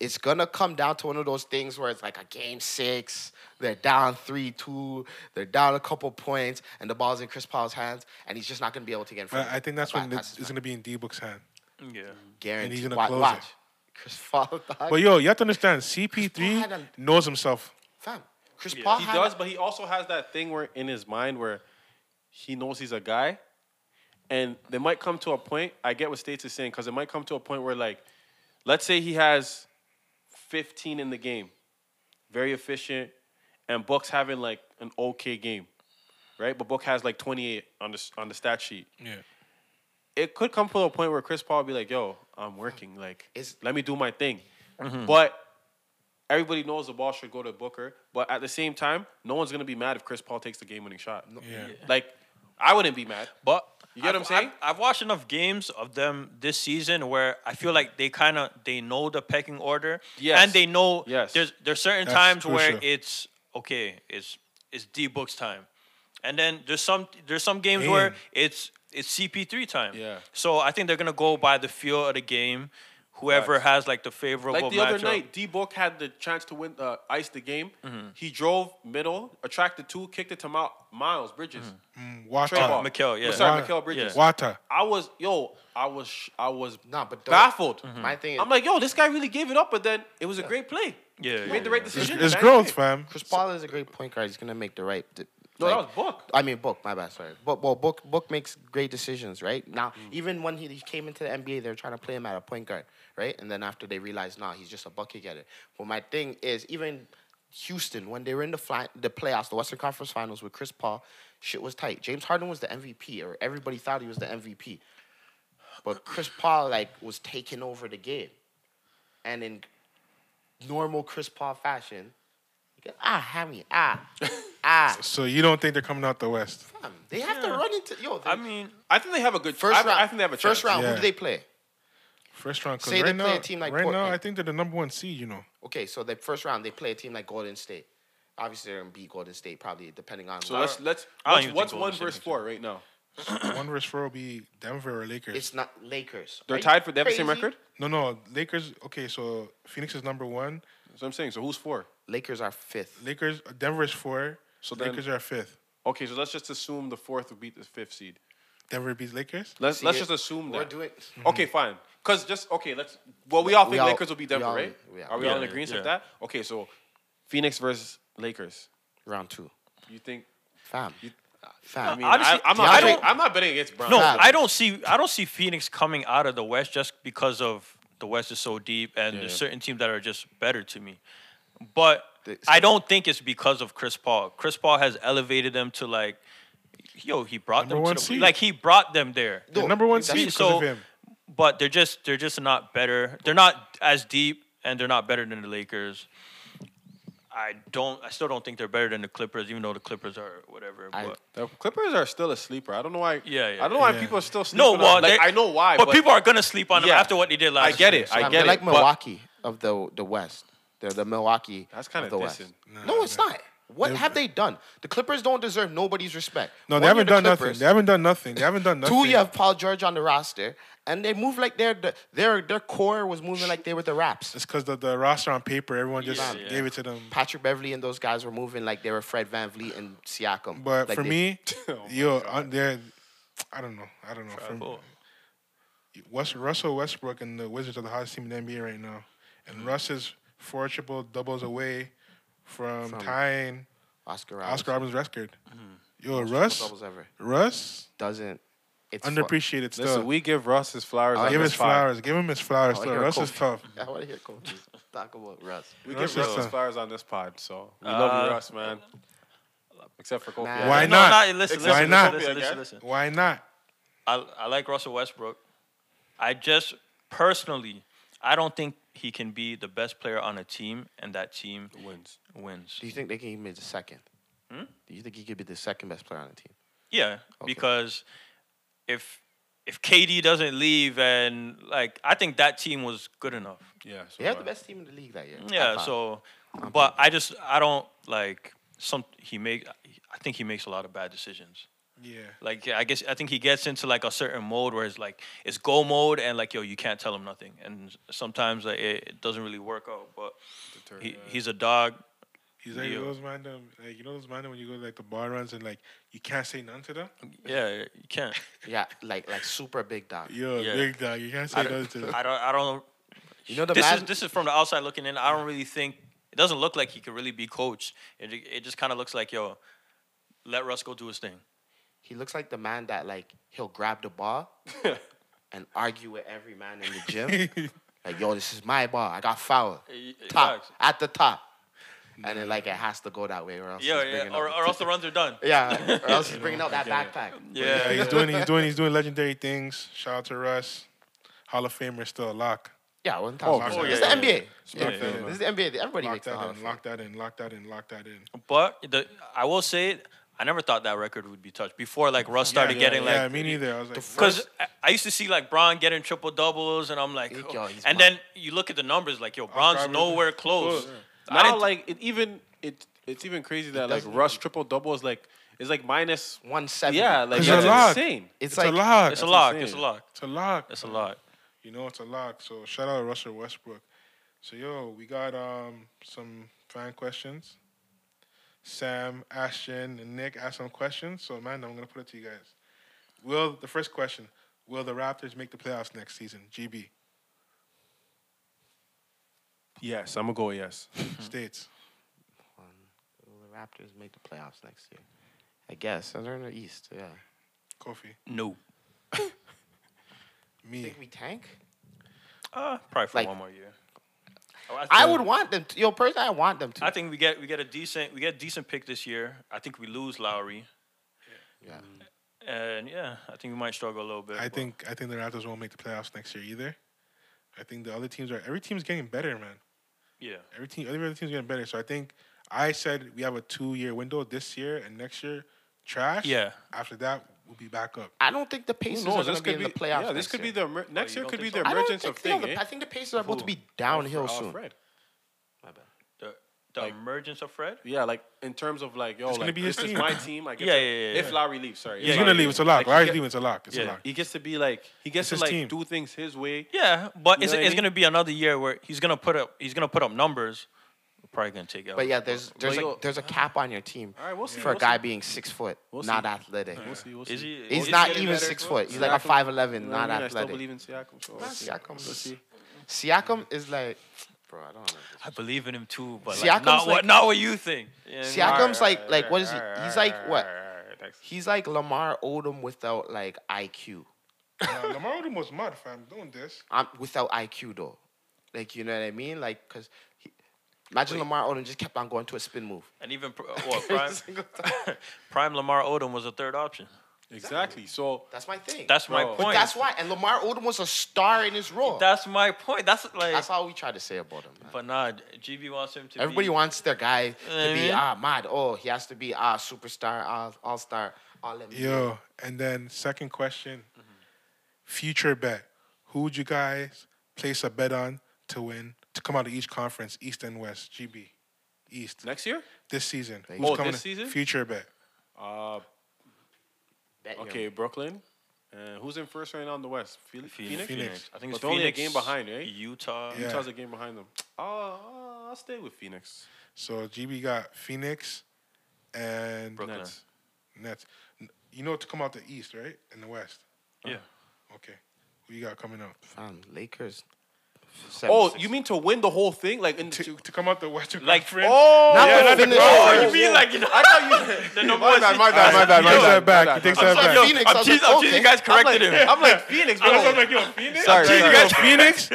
S6: it's gonna come down to one of those things where it's like a game six, they're down three two, they're down a couple points, and the ball's in Chris Paul's hands, and he's just not gonna be able to get in front.
S2: I, I think that's when it's,
S6: it's
S2: it's gonna be in D Book's hand.
S4: Yeah.
S6: guaranteed.
S2: he's gonna
S6: Wa-
S2: close it.
S6: watch. Chris Paul, dog.
S2: But yo, you have to understand,
S6: Chris Paul had
S2: CP3
S6: a-
S2: knows himself.
S6: fam, Chris
S4: Yeah.
S6: Paul
S5: He
S6: had
S5: does, but he also has that thing where in his mind where he knows he's a guy, and there might come to a point. I get what States is saying because it might come to a point where, like, let's say he has 15 in the game, very efficient, and Book's having like an okay game, right? But Book has like 28 on the s- on the stat sheet.
S2: Yeah.
S5: It could come to a point where Chris Paul will be like, "Yo, I'm working. Like,
S6: It's-
S5: let me do my thing," but everybody knows the ball should go to Booker, but at the same time, no one's gonna be mad if Chris Paul takes the game-winning shot.
S2: Yeah.
S5: Like, I wouldn't be mad.
S4: But
S5: You get what I'm
S4: I've-
S5: saying?
S4: I've, I've watched enough games of them this season where I feel like they kind of they know the pecking order.
S5: Yes.
S4: And they know
S5: Yes.
S4: there's there's certain
S2: That's
S4: times where
S2: crucial.
S4: it's okay, it's it's D books time. And then there's some there's some games where
S2: Man.
S4: it's it's CP3 time.
S5: Yeah.
S4: So I think they're going to go by the feel of the game. Whoever
S5: Facts.
S4: has like the favorable
S5: Like the
S4: matchup.
S5: other night, D Book had the chance to win, uh, ice the game. He drove middle, attracted two, kicked it to Mi- Miles Bridges,
S2: Mm,
S5: Trey Ball,
S2: Wata.
S4: Mikal, yeah.
S5: sorry,
S2: Wow.
S5: Mikael Bridges.
S2: Wata.
S5: I was yo, I was, sh- I was
S6: Nah, but don't- Mm-hmm.
S5: baffled.
S6: my thing is
S5: I'm like, yo, this guy really gave it up, but then it was a great play.
S4: Yeah,
S5: He
S4: yeah,
S5: made the right
S4: yeah.
S2: It's,
S5: decision.
S2: it's
S5: man.
S2: growth, fam.
S6: Chris Paul is a great point guard. He's gonna make the right. d-
S5: No, that
S6: like-
S5: was Book.
S6: I mean, Book. My bad. Sorry. But well, Book Book makes great decisions, right? Now, even when he, he came into the NBA, they were trying to play him at a point guard, right? And then after they realized, nah, he's just a bucket getter. But my thing is, even Houston, when they were in the fly, the playoffs, the Western Conference Finals with Chris Paul, shit was tight. James Harden was the MVP, or everybody thought he was the MVP. But Chris Paul like was taking over the game, and in normal Chris Paul fashion, he goes, ah, Hammy, ah, ah.
S2: So you don't think they're coming out the West?
S6: Fam, They have to run into yo. They,
S4: I mean,
S5: I think they have a good
S6: first
S5: I,
S6: round.
S5: I think they have a chance.
S6: first round.
S2: Yeah.
S6: Who do they play?
S2: First round. 'cause
S6: Say they
S2: right
S6: play
S2: now,
S6: a team like
S2: right now,
S6: Portland.
S2: I think they're the number one seed. You know.
S6: Okay, so the first round they play a team like Golden State. Obviously, they're gonna beat Golden State probably, depending on.
S5: So let's let's
S4: I don't
S5: what's,
S4: even
S5: what's
S4: think
S5: one
S4: Golden State
S5: versus
S4: makes
S5: four right now?
S2: one versus four will be Denver or Lakers.
S6: it's not Lakers.
S5: They're
S6: Are you
S5: tied for they have the same
S6: crazy?
S5: record.
S2: no, no, Lakers. Okay, so Phoenix is number one.
S5: That's what I'm saying. So who's four?
S6: Lakers are fifth.
S2: Lakers, Denver is four. So
S5: So then-
S2: Lakers are fifth.
S5: Okay, so let's just assume the fourth would beat the fifth seed.
S2: Denver beats Lakers.
S5: Let's
S6: See,
S5: let's
S6: it-
S5: just assume
S6: We're
S5: that.
S6: doing.
S5: Okay, fine. Cause just okay, let's. Well, we all
S6: We
S5: think
S6: all-
S5: Lakers will
S6: we
S5: beat Denver,
S6: all-
S5: right?
S6: we all-
S5: Are we
S4: Yeah,
S5: all in agreement
S4: yeah.
S5: with that? Okay, so Phoenix versus Lakers.
S6: Round two.
S5: You think?
S6: Fam.
S5: I
S6: Fam.
S5: mean,
S4: Honestly,
S5: I, am not.
S4: I
S5: betting,
S4: don't-
S5: I'm not betting against Brown.
S4: No,
S6: Facts.
S4: I don't see I don't see Phoenix coming out of the West just because of the West is so deep and there's certain teams that are just better to me. But
S6: They-
S4: I don't think it's because of Chris Paul. Chris Paul has elevated them to like yo, he brought
S2: Number one
S4: them to the,
S2: seed.
S4: like he brought them there.
S2: The
S6: No,
S2: number one
S6: that's-
S2: seed because
S4: so-
S2: of him.
S4: But they're just they're just not better. They're not as deep and they're not better than the Lakers. I don't I still don't think they're better than the Clippers, even though the Clippers are whatever.
S6: I-
S4: but
S5: The Clippers are still a sleeper. I don't know why.
S4: Yeah, yeah.
S5: I don't know why
S2: Yeah.
S5: people are still. Sleeping
S4: no,
S5: on-
S4: well, they-
S5: like, I know why,
S4: but, people are gonna sleep on them
S5: Yeah.
S4: after what they did last.
S5: I get
S4: year,
S5: it.
S4: so-
S5: I
S6: Fam,
S5: get
S6: they're
S5: it.
S6: like
S5: but-
S6: Milwaukee of the the West. They're the Milwaukee.
S5: That's kinda
S6: of the West.
S5: dissing.
S6: no, it's not. What have they done? The Clippers don't deserve nobody's respect.
S2: No,
S6: One,
S2: they
S6: you're
S2: haven't
S6: the
S2: done
S6: Clippers.
S2: nothing. They haven't done nothing. They haven't done nothing.
S6: Two, you have Paul George on the roster, and they move like their their their core was moving like they were the raps.
S2: It's because the, the roster on paper, everyone just
S4: Yeah, yeah.
S2: gave it to them.
S6: Patrick Beverly and those guys were moving like they were Fred Van Vliet and Siakam.
S2: But
S6: Like
S2: for
S6: they-
S2: me,
S5: Oh my
S2: yo, uh, they're, I don't know. I don't know. For
S4: Cool.
S2: West, Russell Westbrook and the Wizards are the hottest team in the NBA right now. And Russ is four triple doubles away from,
S6: From
S2: tying
S6: Oscar Roberts,
S2: Oscar Robinson's record. Yo,
S6: most
S2: Russ,
S6: doubles ever
S2: Russ,
S6: doesn't. It's
S2: underappreciated stuff.
S5: Listen, we give Russ his flowers. on
S2: give
S5: this
S2: his
S5: pod.
S2: flowers. Give him his flowers.
S6: Oh,
S2: still.
S6: you're a
S2: Russ is tough.
S6: Fu- I want to hear coaches talk about Russ.
S5: We
S2: Russ
S5: give Russ
S2: is
S5: his
S2: tough.
S5: flowers on this pod, so we love you,
S4: Uh,
S5: Russ, man. Except for Kofi.
S6: Nah.
S5: Adams.
S2: Why
S4: No,
S2: not?
S4: listen, listen,
S5: Why
S4: listen,
S2: not?
S4: Listen,
S5: Okay.
S4: listen, listen.
S2: Why not?
S4: I, I like Russell Westbrook. I just personally, I don't think he can be the best player on a team, and that team
S5: wins.
S4: wins.
S6: Do you think they can be the second?
S4: Hmm?
S6: Do you think he could be the second best player on the team?
S4: Yeah, because if if KD doesn't leave, and like I think that team was good enough.
S5: Yeah. So uh,
S6: They have
S5: why-
S6: the best team in the league that year.
S5: Uh-huh.
S4: Yeah, so, but I just I don't like some he make. I think he makes a lot of bad decisions.
S2: Yeah.
S4: Like I guess I think he gets into like a certain mode where it's like it's goal mode and like yo you can't tell him nothing and sometimes like it, it doesn't really work out but he, he's a dog
S2: He's like
S4: Yo.
S2: those random, like you know those random when you go like the bar runs and like you can't say none to them.
S4: yeah you can't
S6: Yeah, like like super big dog.
S2: Yo,
S4: Yeah.
S2: big dog, you can't say
S4: I
S2: nothing
S4: don't
S2: to them.
S4: I don't I don't
S6: You know the
S4: this
S6: mad-
S4: is this is from the outside looking in I don't really think it doesn't look like he could really be coached it ju- it just kind of looks like yo let Russ go do his thing
S6: he looks like the man that like he'll grab the ball and argue with every man in the gym. like, yo, this is my ball. I got fouled.
S4: Y- y-
S6: Top
S4: facts.
S6: at the top. And then like it has to go that way or else.
S4: yeah
S6: he's
S4: yeah
S6: bringing
S4: or,
S6: up-
S4: or else the runs are done
S6: yeah, or else he's bringing out that backpack.
S2: Yeah,
S4: yeah
S2: he's doing, he's doing, he's doing legendary things. Shout out to Russ, Hall of Famer still a lock.
S6: Yeah, one thousand.
S2: oh,
S6: It's
S4: yeah,
S6: the NBA.
S2: Lock
S6: Yeah,
S2: that in.
S6: This is the NBA. Everybody
S2: Lock
S6: makes the Hall
S2: that
S6: of
S2: in.
S6: Fame.
S2: Lock that in. Lock that in. Lock that in.
S4: But the I will say it. I never thought that record would be touched before like Russ started
S2: yeah,
S4: getting
S2: yeah,
S4: like
S2: me neither. I was like,
S4: because I, I used to see like Braun getting triple doubles and I'm like
S6: Yo,
S4: oh.
S6: he's
S4: and
S6: mad.
S4: then you look at the numbers like yo Braun's
S2: Robert-
S4: nowhere close.
S2: Close,
S4: I
S5: Now,
S4: didn't
S5: like it even it it's even crazy that like Russ triple double is like it's like minus.
S6: One seventy.
S5: Yeah, like
S2: It's
S5: that's
S2: a lot.
S5: insane.
S6: it's,
S2: it's
S6: like
S2: a lock.
S4: it's a
S5: that's
S4: lock.
S5: insane.
S4: It's a lock.
S2: It's a lock.
S4: It's a lock.
S2: You know, it's a lock. So shout out Russell Westbrook. So yo, we got um some fan questions. Sam, Ashton, and Nick asked some questions. So Amanda, I'm gonna put it to you guys. Will the first question? Will the Raptors make the playoffs next season? GB
S5: Yes, I'm gonna go with yes.
S2: states.
S6: Will the Raptors make the playoffs next year? I guess. And they're in the East, yeah.
S2: Kofi,
S4: No.
S6: You
S2: me.
S6: think we tank?
S4: Uh, probably for
S6: Like-
S4: one more year. Oh, I,
S6: I
S4: think-
S6: would want them to. Yo, personally, I want them to.
S4: I think we get we get a decent we get a decent pick this year. I think we lose Lowry.
S6: Yeah.
S4: And yeah, I think we might struggle a little bit.
S2: I
S4: but-
S2: think I think the Raptors won't make the playoffs next year either. I think the other teams are every team's getting better, man.
S4: Yeah.
S2: Every team every other team's getting better. So I think I said we have a two year window this year and next year trash.
S4: Yeah.
S2: After that, we'll be back up.
S6: I don't think the Pacers
S5: Who knows?
S6: are going to be in the playoffs.
S5: Yeah, this
S6: next
S5: could
S6: year.
S5: be the emer-
S4: Oh,
S5: next
S4: you
S5: year.
S4: don't
S5: Could be
S4: think
S5: the
S4: so?
S6: I don't
S5: emergence
S6: think,
S5: of
S6: you know,
S5: thing.
S6: the-
S5: eh?
S6: I think the Pacers are about to
S5: Who?
S6: be downhill
S5: Uh,
S6: soon.
S5: Fred.
S4: The the emergence of Fred.
S5: Yeah, like in terms of like yo,
S2: It's gonna
S5: like
S2: be his
S5: this is
S2: team.
S5: my team. Like
S4: Yeah,
S5: it's a-
S4: yeah, yeah,
S5: If
S4: yeah.
S5: Lowry leaves, sorry. if
S4: Yeah,
S2: He's
S4: yeah,
S2: gonna
S5: Lowry
S2: leave.
S5: leaves.
S2: It's a lock.
S5: Like, he
S2: Larry's
S5: get-
S2: leaving. It's a lock. It's a
S4: Yeah.
S2: lock.
S5: He gets to be like he gets
S2: It's his
S5: to like
S2: team.
S5: do things his way.
S4: Yeah, but
S5: You
S4: it's,
S5: know what I
S4: it's
S5: mean?
S4: gonna be another year where he's gonna put up he's gonna put up numbers. We're probably gonna take out.
S6: But yeah, there's there's
S5: But
S6: a,
S5: yo-
S6: there's a cap on your team
S5: All right, we'll see.
S6: for a
S5: we'll
S6: guy
S5: see.
S6: being six foot,
S5: We'll
S6: not
S5: see.
S6: athletic.
S5: We'll see. We'll
S4: is
S5: see.
S4: he?
S6: He's
S4: is
S6: not
S4: he-
S6: even six foot. He's like a
S5: Siakam-
S6: five
S5: You
S6: eleven,
S5: know what I
S6: not
S5: mean? I still
S6: athletic.
S5: believe in Siakam. So we'll see.
S6: Siakam,
S5: We'll see.
S6: Siakam is like, bro, I don't know.
S4: I believe in him too, but like,
S6: Siakam's
S4: not what
S6: like-
S4: not what you think. Yeah,
S6: Siakam's like like what is he? He's like what? He's like Lamar Odom without like IQ.
S2: Nah, Lamar Odom was mud, fam. Doing this.
S6: I'm without IQ though. Like you know what I mean? Like cause he, imagine Lamar Odom just kept on going to a spin move.
S4: and even pr- uh, what prime, prime Lamar Odom was a third option.
S5: Exactly. So
S6: That's my thing.
S4: That's my
S5: Bro.
S4: point.
S6: but that's why. And Lamar Odom was a star in his role.
S4: That's my point. That's like.
S6: That's all we try to say about him. man.
S4: but nah, GB wants him to.
S6: Everybody
S4: be,
S6: wants their guy
S4: know
S6: to
S4: what I
S6: be
S4: mean?
S6: ah mad. Oh, he has to be ah superstar, ah all star, all NBA.
S2: Yo. And then second question.
S5: Mm-hmm.
S2: Future bet. Who would you guys place a bet on to win to come out of each conference, East and West? GB. East.
S5: next year.
S2: This season.
S6: Thank
S2: Who's
S5: you. Oh,
S2: coming
S5: this season?
S2: Future bet.
S5: Uh,
S6: Bet your-
S5: okay, Brooklyn. Uh, who's in first right now in the West? Phoenix. Phoenix.
S2: Phoenix.
S4: I think it's
S5: But they're only a
S4: Phoenix,
S5: game behind, right?
S4: Utah.
S2: Yeah.
S5: Utah's a game behind them. Oh, I'll stay with Phoenix.
S2: So GB got Phoenix and
S4: Brooklyn.
S5: Nets.
S2: Nets. N- You know to come out the East, right? And the West. Uh,
S4: Yeah.
S2: Okay. Who you got coming out?
S6: fam, Lakers.
S5: Oh,
S6: 76.
S5: you mean to win the whole thing? Like in
S2: To,
S5: the
S2: to come out the Western
S4: Like-
S2: Conference.
S5: Oh,
S6: Not
S2: yeah,
S6: to
S2: that's a
S6: finish-
S2: goal.
S4: Oh, you mean like you know?
S5: I thought you.
S4: the number
S5: My
S4: one
S5: bad,
S4: seed-
S5: my bad, my bad,
S2: He
S5: my
S2: takes
S5: bad.
S2: that back.
S5: my
S2: He
S5: bad.
S2: takes
S5: I'm
S2: that
S5: sorry,
S2: back.
S5: yo,
S6: Phoenix, I
S4: I'm
S6: was
S4: teasing.
S6: like,
S4: I'm teasing. You
S6: okay.
S4: guys corrected him.
S5: I'm like Phoenix,
S2: I was
S5: bro.
S2: like, yo, Phoenix?
S5: Sorry,
S2: Jeez,
S5: sorry.
S2: you guys Phoenix?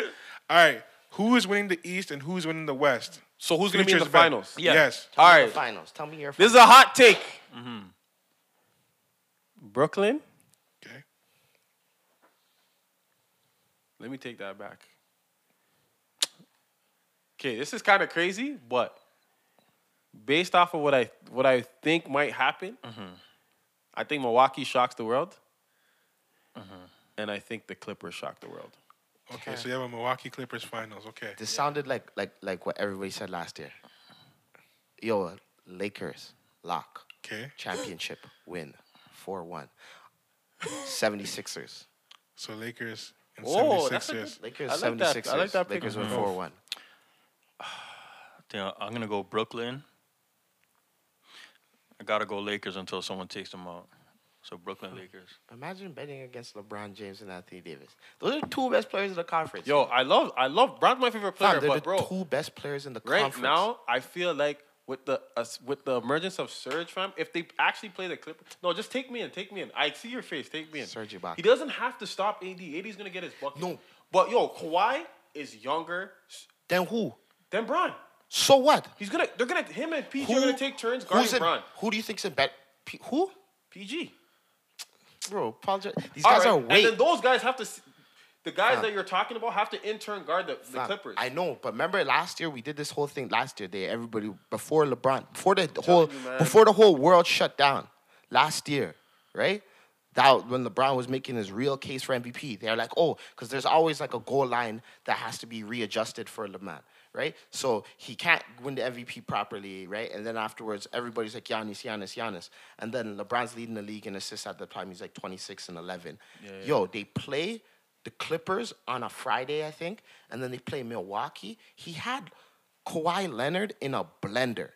S2: All right. Who is winning the East and who's winning the West?
S5: So who's gonna be in the
S2: Future's bet.
S5: finals?
S4: Yeah.
S2: Yes.
S6: Tell
S5: All
S6: me the
S5: right.
S6: finals. Tell me your
S5: This is a hot take. Mm-hmm. Brooklyn.
S2: Okay.
S5: Let me take that back. Okay, this is kind of crazy, but based off of what I what I think might happen, I think Milwaukee shocks the world, and I think the Clippers shock the world.
S2: Okay, so you have a Milwaukee Clippers finals. Okay.
S6: This sounded like like like what everybody said last year. Yo, Lakers lock
S2: Okay.
S6: championship win 4 1. 76ers.
S2: So Lakers and
S5: Whoa,
S2: 76ers.
S5: that's
S6: Lakers,
S5: a I like that- I
S6: 76ers.
S5: like that pick
S6: Lakers
S5: as
S6: were
S5: well.
S6: 4 1.
S4: Damn, I'm gonna go Brooklyn. I gotta go Lakers until someone takes them out. So Brooklyn Lakers.
S6: Imagine betting against LeBron James and Anthony Davis. Those are two best players in the conference.
S5: Yo, I love, I love Brown's my favorite
S6: Fam,
S5: player,
S6: they're
S5: but
S6: the
S5: bro,
S6: two best players in the
S5: right
S6: conference.
S5: now I feel like with the us with the emergence of Surge, fam, if they actually play the Clippers, no, just take me in, take me in. I see your face, take me in.
S6: Serge Ibaka.
S5: He doesn't have to stop AD. AD's gonna get his bucket.
S6: No.
S5: but yo, Kawhi is younger s-
S6: Then who?
S5: than Bron.
S6: So what?
S5: He's gonna, they're gonna, him and PG
S6: Who-
S5: are gonna take turns
S6: Who's
S5: guarding
S6: in,
S5: Bron.
S6: who do you think's in bet? P, who?
S5: PG.
S6: Bro, Paul George- These
S5: All
S6: guys
S5: right,
S6: are
S5: And
S6: weight.
S5: then those guys have to, s- the guys
S6: Fam.
S5: that you're talking about have to in turn guard the, the
S6: Fam,
S5: Clippers.
S6: I know, but remember last year we did this whole thing. Last year, they everybody before LeBron, before the whole,
S5: telling you, man.
S6: before the whole world shut down. Last year, right? That when LeBron was making his real case for MVP, they're like, oh, because there's always like a goal line that has to be readjusted for LeBron, right? So he can't win the MVP properly, right? And then afterwards, everybody's like Giannis, Giannis, Giannis, and then LeBron's leading the league in assists at the time. He's like 26 and 11. Yo, they play the Clippers on a Friday, I think, and then they play Milwaukee. He had Kawhi Leonard in a blender.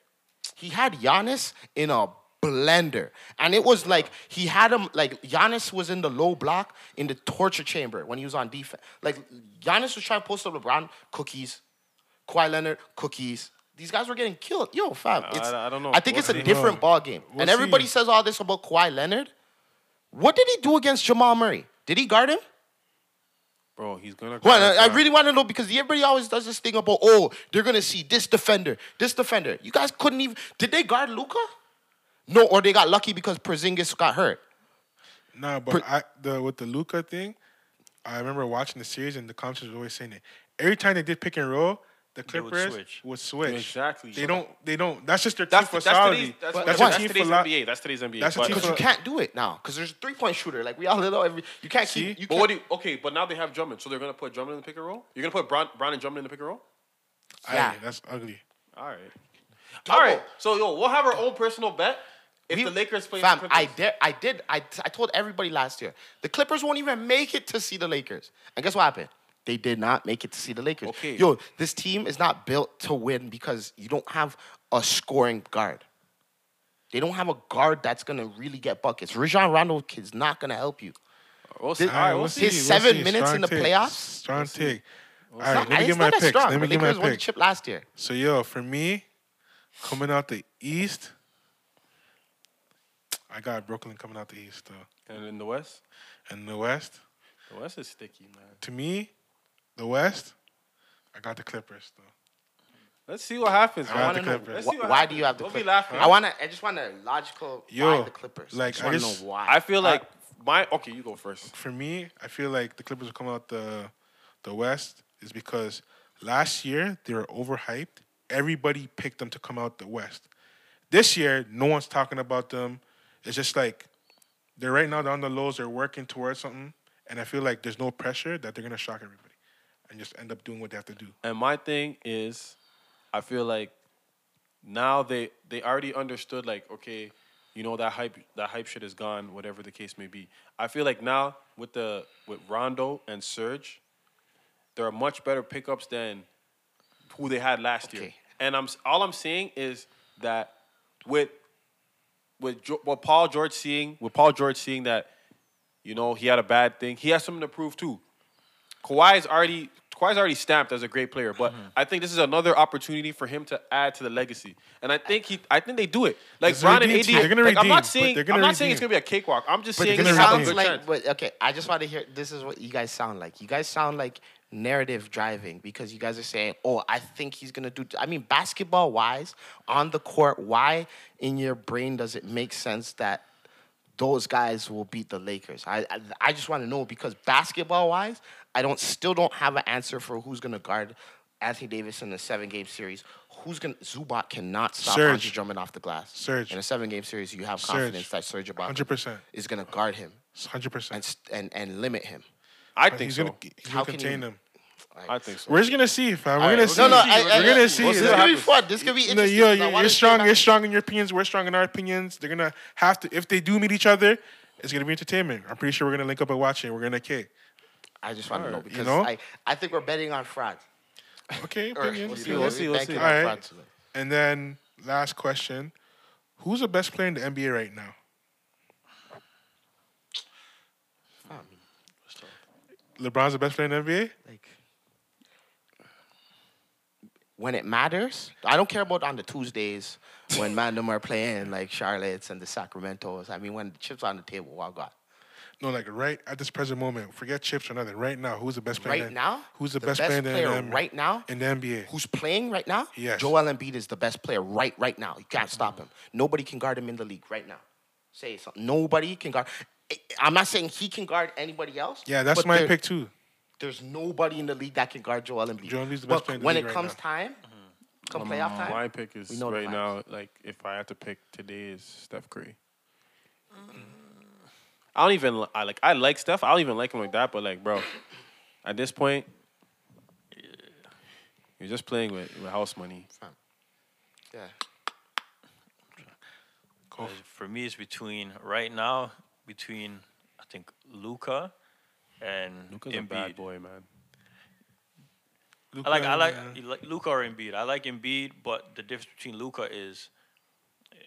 S6: He had Giannis in a blender. And it was like he had him like Giannis was in the low block in the torture chamber when he was on defense. Like Giannis was trying to post up LeBron cookies, Kawhi Leonard cookies. These guys were getting killed. Yo, fam. It's,
S5: I don't know.
S6: I think it's a
S2: We'll see.
S6: different ball game.
S2: We'll
S6: and everybody
S2: see.
S6: says all this about Kawhi Leonard. What did he do against Jamal Murray? Did he guard him?
S5: bro, he's gonna.
S6: Well, I, I really want to know because everybody always does this thing about oh they're gonna see this defender, this defender. You guys couldn't even. Did they guard Luca? No, or they got lucky because Porzingis got hurt.
S2: Nah, but I, the with the Luca thing, I remember watching the series and the comments was always saying it. Every time they did pick and roll, the
S4: They would
S2: Clippers would
S4: switch.
S2: switch.
S5: Exactly.
S2: They don't. They don't. That's just their
S5: That's,
S2: team
S5: that's today's,
S2: philosophy.
S5: that's,
S2: That's,
S5: that's,
S2: your
S6: that's
S2: team
S5: today's
S2: philo-
S5: NBA. That's today's NBA.
S2: That's a
S5: but-
S2: team
S6: Because you can't do it now. Because there's a three point shooter. Like we all know every. You can't keep.
S2: See?
S6: You
S5: But
S6: can't,
S5: what do you, okay, but now they have Drummond, so they're gonna put Drummond in the pick and roll. You're gonna put Brown, Brown and Drummond in the pick and roll.
S2: Aye,
S6: Yeah.
S2: that's ugly.
S5: All right, all right. So yo, we'll have our own personal bet if
S6: we-
S5: the Lakers play.
S6: Fam,
S5: the
S6: I
S5: Clippers.
S6: did. I did. I, t- I told everybody last year the Clippers won't even make it to see the Lakers. And guess what happened? They did not make it to see the Lakers.
S5: Okay.
S6: Yo, this team is not built to win because you don't have a scoring guard. They don't have a guard that's gonna really get buckets. Rajon Rondo is not gonna help you.
S5: We'll see.
S6: did-
S5: all right, we'll
S2: we'll
S5: see.
S6: his
S2: see, we'll
S6: seven
S2: see.
S6: minutes
S2: Strong
S6: in the
S2: take.
S6: playoffs?
S2: Strong take. All
S6: It's
S2: right,
S6: not-
S2: let me get
S6: it's not
S2: my
S6: that
S2: picks.
S6: strong.
S2: Let me
S6: The
S2: get my
S6: Lakers won the
S2: picks.
S6: chip last year.
S2: So yo, for me, coming out the East, I got Brooklyn coming out the East though,
S5: And in the West,
S2: and the West.
S5: the West is sticky, man.
S2: To me, the West, I got the Clippers though.
S5: Let's see what happens.
S2: I
S5: man.
S2: got the
S5: Let's
S2: Clippers.
S5: see what
S6: Wh- why
S5: happens.
S6: do you have the
S5: We'll be
S6: Clippers?
S5: laughing.
S6: I wanna. I just want a logical. why
S2: Yo,
S6: the Clippers?
S2: like,
S6: I just
S2: I
S6: wanna
S2: just-
S6: know why.
S5: I feel like my okay. You go first.
S2: For me, I feel like the Clippers will come out the the West is because last year they were overhyped. Everybody picked them to come out the West. This year, no one's talking about them. It's just like they're right now they're on the lows. They're working towards something, and I feel like there's no pressure that they're gonna shock everybody and just end up doing what they have to do.
S5: And my thing is, I feel like now they they already understood like okay, you know that hype that hype shit is gone. Whatever the case may be, I feel like now with the with Rondo and Serge, there are much better pickups than who they had last year.
S6: Okay.
S5: And I'm s- all I'm saying is that with with Jo- what Paul George seeing with Paul George seeing that you know he had a bad thing, he has something to prove too. Kawhi's already Kawhi's already stamped as a great player, but
S2: Mm-hmm.
S5: I think this is another opportunity for him to add to the legacy. And I think he I think they do it. Like
S2: It's a
S5: Bron and
S2: redeem
S5: AD,
S2: team. They're gonna
S5: like, I'm
S2: redeem,
S5: not
S2: but
S5: saying
S2: they're
S5: I'm
S2: gonna
S5: not saying it's
S2: redeem.
S5: gonna be a cakewalk. I'm just
S6: But
S5: saying
S6: this
S5: they
S2: gonna
S5: have a
S6: sounds
S5: good
S6: like,
S5: chance.
S6: but okay, I just want to hear. This is what you guys sound like. You guys sound like narrative driving because you guys are saying, "Oh, I think he's gonna do." I mean, basketball wise, on the court, why in your brain does it make sense that those guys will beat the Lakers? I I, I just want to know because basketball wise, I don't still don't have an answer for who's gonna guard Anthony Davis in the seven game series. Who's gonna Zubac cannot stop
S2: Serge.
S6: Andre Drummond off the glass.
S2: Serge.
S6: in a seven game series, you have
S2: Serge.
S6: confidence that Serge Ibaka
S2: 100%.
S6: is gonna guard him
S2: Hundred
S6: and
S2: percent.
S6: st- and and limit him.
S5: I think
S2: he's
S5: so.
S2: gonna he's gonna
S6: How can
S2: contain
S6: you-
S2: them.
S5: I think so.
S2: We're just gonna see, fam. We're
S6: All right,
S2: gonna
S6: we're
S2: see.
S6: No, no, I, I,
S2: we're gonna
S6: I-
S2: see.
S5: We'll
S6: This
S5: what
S6: is gonna be
S5: happens.
S6: fun. This is gonna be
S2: No,
S6: interesting.
S2: yo,
S6: I
S2: you're,
S6: wanna
S2: you're
S6: stay
S2: strong.
S6: back.
S2: You're strong in your opinions. We're strong in our opinions. They're gonna have to if they do meet each other. It's gonna be entertainment. I'm pretty sure we're gonna link up and watch it. We're gonna kick.
S6: I just want to know
S2: Alright, you
S6: because
S2: know?
S6: I, I think we're betting on France.
S2: Okay,
S6: Or-
S2: opinions.
S6: we'll see,
S2: yeah.
S6: we'll see,
S5: we'll
S6: we'll see.
S5: see.
S2: Alright. And then last question: Who's the best player in the NBA right now? LeBron's the best player in the NBA.
S6: Like when it matters, I don't care about on the Tuesdays when man them are playing like Charlotte's and the Sacramentos. I mean, when the chips on the table, what got
S2: No, like right at this present moment. Forget chips or nothing. Right now, who's the best player? in
S6: right
S2: the-
S6: now?
S2: Who's the, best, player, in the NBA?
S6: right now?
S2: in the NBA?
S6: Who's playing right now?
S2: Yes.
S6: Joel Embiid is the best player right right now. You can't stop him. Nobody can guard him in the league right now. Say something. Nobody can guard. I- I'm not saying he can guard anybody else.
S2: yeah, that's
S6: but
S2: my
S6: there-
S2: pick too.
S6: There's nobody in the league that can guard Joel Embiid.
S2: Joel Embiid's the best
S6: But
S2: player in the
S6: when
S2: league
S6: it
S2: right
S6: comes
S2: now.
S6: time, come playoff time,
S5: My pick is
S6: We know the
S5: right
S6: vibes.
S5: now. Like, if I had to pick today, is Steph Curry. Mm. I don't even li- I like. I like Steph. I don't even like him like that. But like, bro, at this point, you're just playing with, with house money.
S4: For me, it's between right now between I think Luca and
S5: Luca's
S4: Embiid.
S5: a bad boy, man.
S4: I like I like Luca or Embiid. I like Embiid, but the difference between Luca is eh,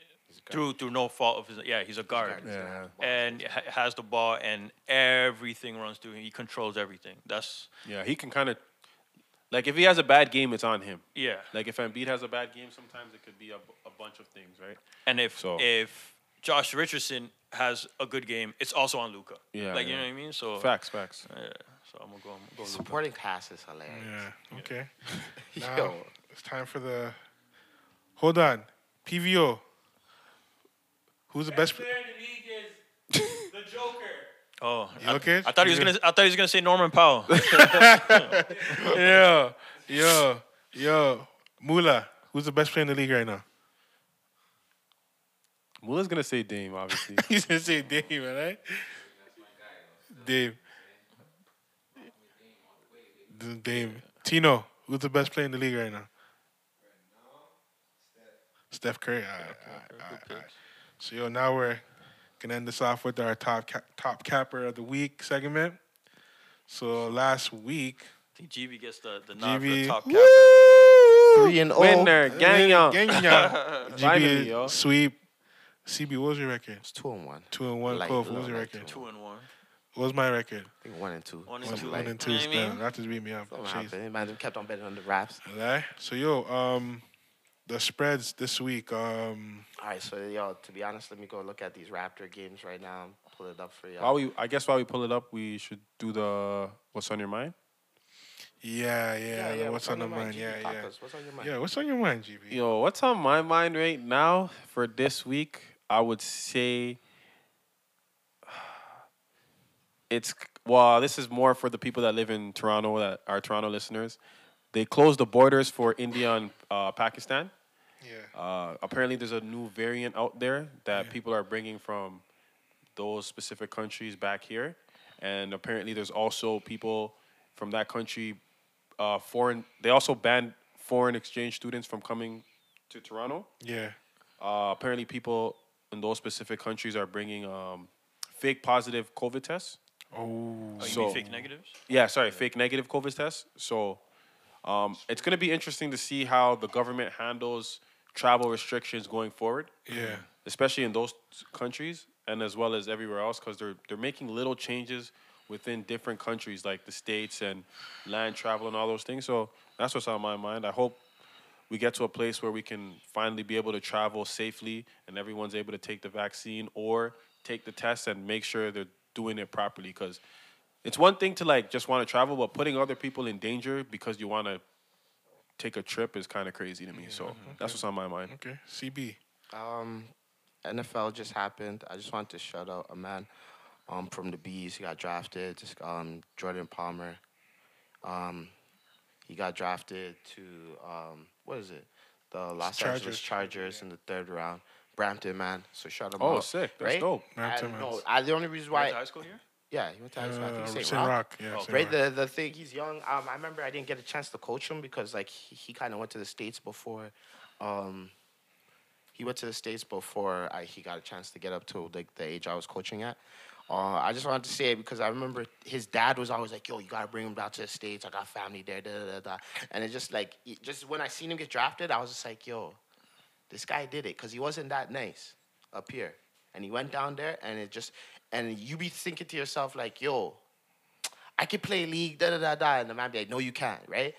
S4: through through no fault of his. Yeah, he's a guard,
S5: Yeah.
S4: and ha- has the ball, and everything runs through him. He controls everything. That's
S5: Yeah, he can kind of like if he has a bad game, it's on him.
S4: yeah.
S5: Like if Embiid has a bad game, sometimes it could be a, b- a bunch of things, right?
S4: And if
S5: So-
S4: if Josh Richardson has a good game, it's also on Luca.
S5: Yeah,
S4: like you
S5: yeah.
S4: know what I mean. So
S5: Facts, facts.
S4: yeah, so I'm gonna go. I'm gonna go Luka.
S6: supporting pass is hilarious.
S2: Yeah. Okay. Now
S6: Yo,
S2: it's time for the. Hold on, PVO. Who's the best?
S7: Player in the league is the Joker.
S4: Oh,
S2: You
S4: I,
S2: okay?
S4: I thought he was
S2: You-
S4: gonna. I thought he was gonna say Norman Powell.
S2: Yeah, yo, yo, Mula. Who's the best player in the league right now?
S5: Mula's gonna say Dame, obviously.
S2: He's gonna say Dave, right? Dave. D- Dave. Tino. Who's the best player in the league right now? Steph Curry. All right, all right, all right, all right. So yo, now we're gonna end this off with our top ca- top capper of the week segment. So last week,
S4: I think GB gets the the nod for
S2: GB.
S4: the top capper.
S6: three and oh.
S5: Winner, Gagnon.
S2: Gagnon,
S5: Finally, yo.
S2: GB sweep. CB, what was your record?
S6: It's two and one.
S2: Two and one.
S6: Like,
S2: Cove, what was
S6: no,
S2: your
S6: like
S2: record?
S4: Two and one.
S2: What was my record?
S6: I think one and two.
S4: One and
S2: One,
S6: Something
S4: two.
S2: one
S6: like
S2: and
S6: that.
S2: two.
S4: You know what I
S2: Stan.
S4: mean?
S2: That just beat me up.
S6: Something
S2: Jeez.
S6: happened. Man, them kept on betting on the wraps.
S2: Alright. So yo, um, the spreads this week. Um,
S6: All right, so y'all, to be honest, let me go look at these Raptor games right now. and Pull it up for y'all.
S5: While we, I guess while we pull it up, we should do the what's on your mind.
S2: yeah, yeah. what's, on, the
S6: your
S2: mind?
S6: GP
S2: Yeah, yeah.
S6: Papas? What's on your mind?
S2: Yeah, what's on your mind, GB?
S5: Yo, what's on my mind right now for this week? I would say it's well, this is more for the people that live in Toronto that are Toronto listeners. They closed the borders for India and uh, Pakistan.
S2: Yeah.
S5: Uh, apparently, there's a new variant out there that people are bringing from those specific countries back here, and apparently, there's also people from that country. Uh, foreign. They also banned foreign exchange students from coming to Toronto.
S2: Yeah.
S5: Uh, apparently, people in those specific countries are bringing um, fake positive COVID tests.
S2: Oh.
S4: Oh, you
S5: So-
S4: mean fake negatives?
S5: Yeah, sorry, fake negative COVID test. So um, it's going to be interesting to see how the government handles travel restrictions going forward.
S2: Yeah.
S5: Especially in those countries and as well as everywhere else because they're, they're making little changes within different countries like the States and land travel and all those things. So that's what's on my mind. I hope we get to a place where we can finally be able to travel safely and everyone's able to take the vaccine or take the test and make sure they're doing it properly because it's one thing to like just want to travel but putting other people in danger because you want to take a trip is kind of crazy to me so that's what's on my mind
S2: Okay. CB.
S6: Um, NFL just happened. I just wanted to shout out a man um, from the Bees. He got drafted. Just um, Jordan Palmer. Um, he got drafted to um, what is it? The Los Angeles
S2: Chargers.
S6: Chargers in the third round. Brampton man. So shout him out.
S5: oh sick that's
S6: right?
S5: dope
S6: I
S2: Brampton
S6: don't know.
S2: Mans.
S6: I, the only reason
S4: Went
S6: why
S4: to high school here?
S6: Yeah, he went to high school. I
S2: Uh,
S6: think St.
S2: Saint
S6: Rock.
S2: Rock. Yeah,
S4: Oh,
S2: Saint
S6: Right,
S2: Rock.
S6: the the thing he's young. Um, I remember I didn't get a chance to coach him because like he, he kind of went to the states before, um, he went to the states before I, he got a chance to get up to like the age I was coaching at. Uh, I just wanted to say it because I remember his dad was always like, "Yo, you gotta bring him down to the states. I got family there." Da da da da. And it just like it- just when I seen him get drafted, I was just like, "Yo, this guy did it because he wasn't that nice up here." And he went down there, and it just, and you be thinking to yourself like, "Yo, I can play league, da da da da, and the man be like, no, you can't, right?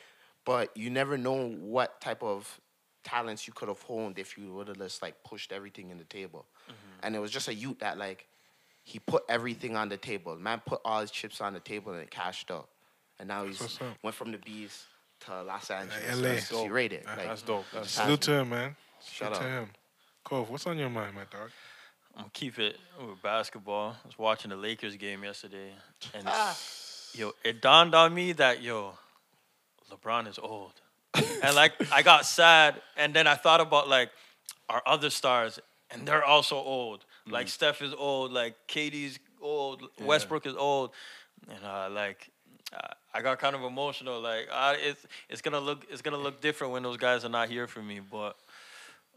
S6: But you never know what type of talents you could have honed if you would have just like pushed everything in the table. And it was just a youth that like he put everything on the table. Man put all his chips on the table and it cashed out. And now he's
S2: what's up.
S6: went from the bees to Los Angeles.
S2: LA.
S6: That's dope. rated. Like,
S5: That's dope. That's
S2: Salute to him, man.
S6: Shout
S2: Salute to
S6: out.
S2: him. Cove, what's on your mind, my dog?
S4: I'm gonna keep it with basketball. I was watching the Lakers game yesterday, and
S2: Ah.
S4: yo, it dawned on me that yo, LeBron is old, and like I got sad, and then I thought about like our other stars, and they're also old. Like Steph is old, like Katie's old, Westbrook is old, and uh, like. I- I got kind of emotional. Like I, it's it's gonna look it's gonna look different when those guys are not here for me. But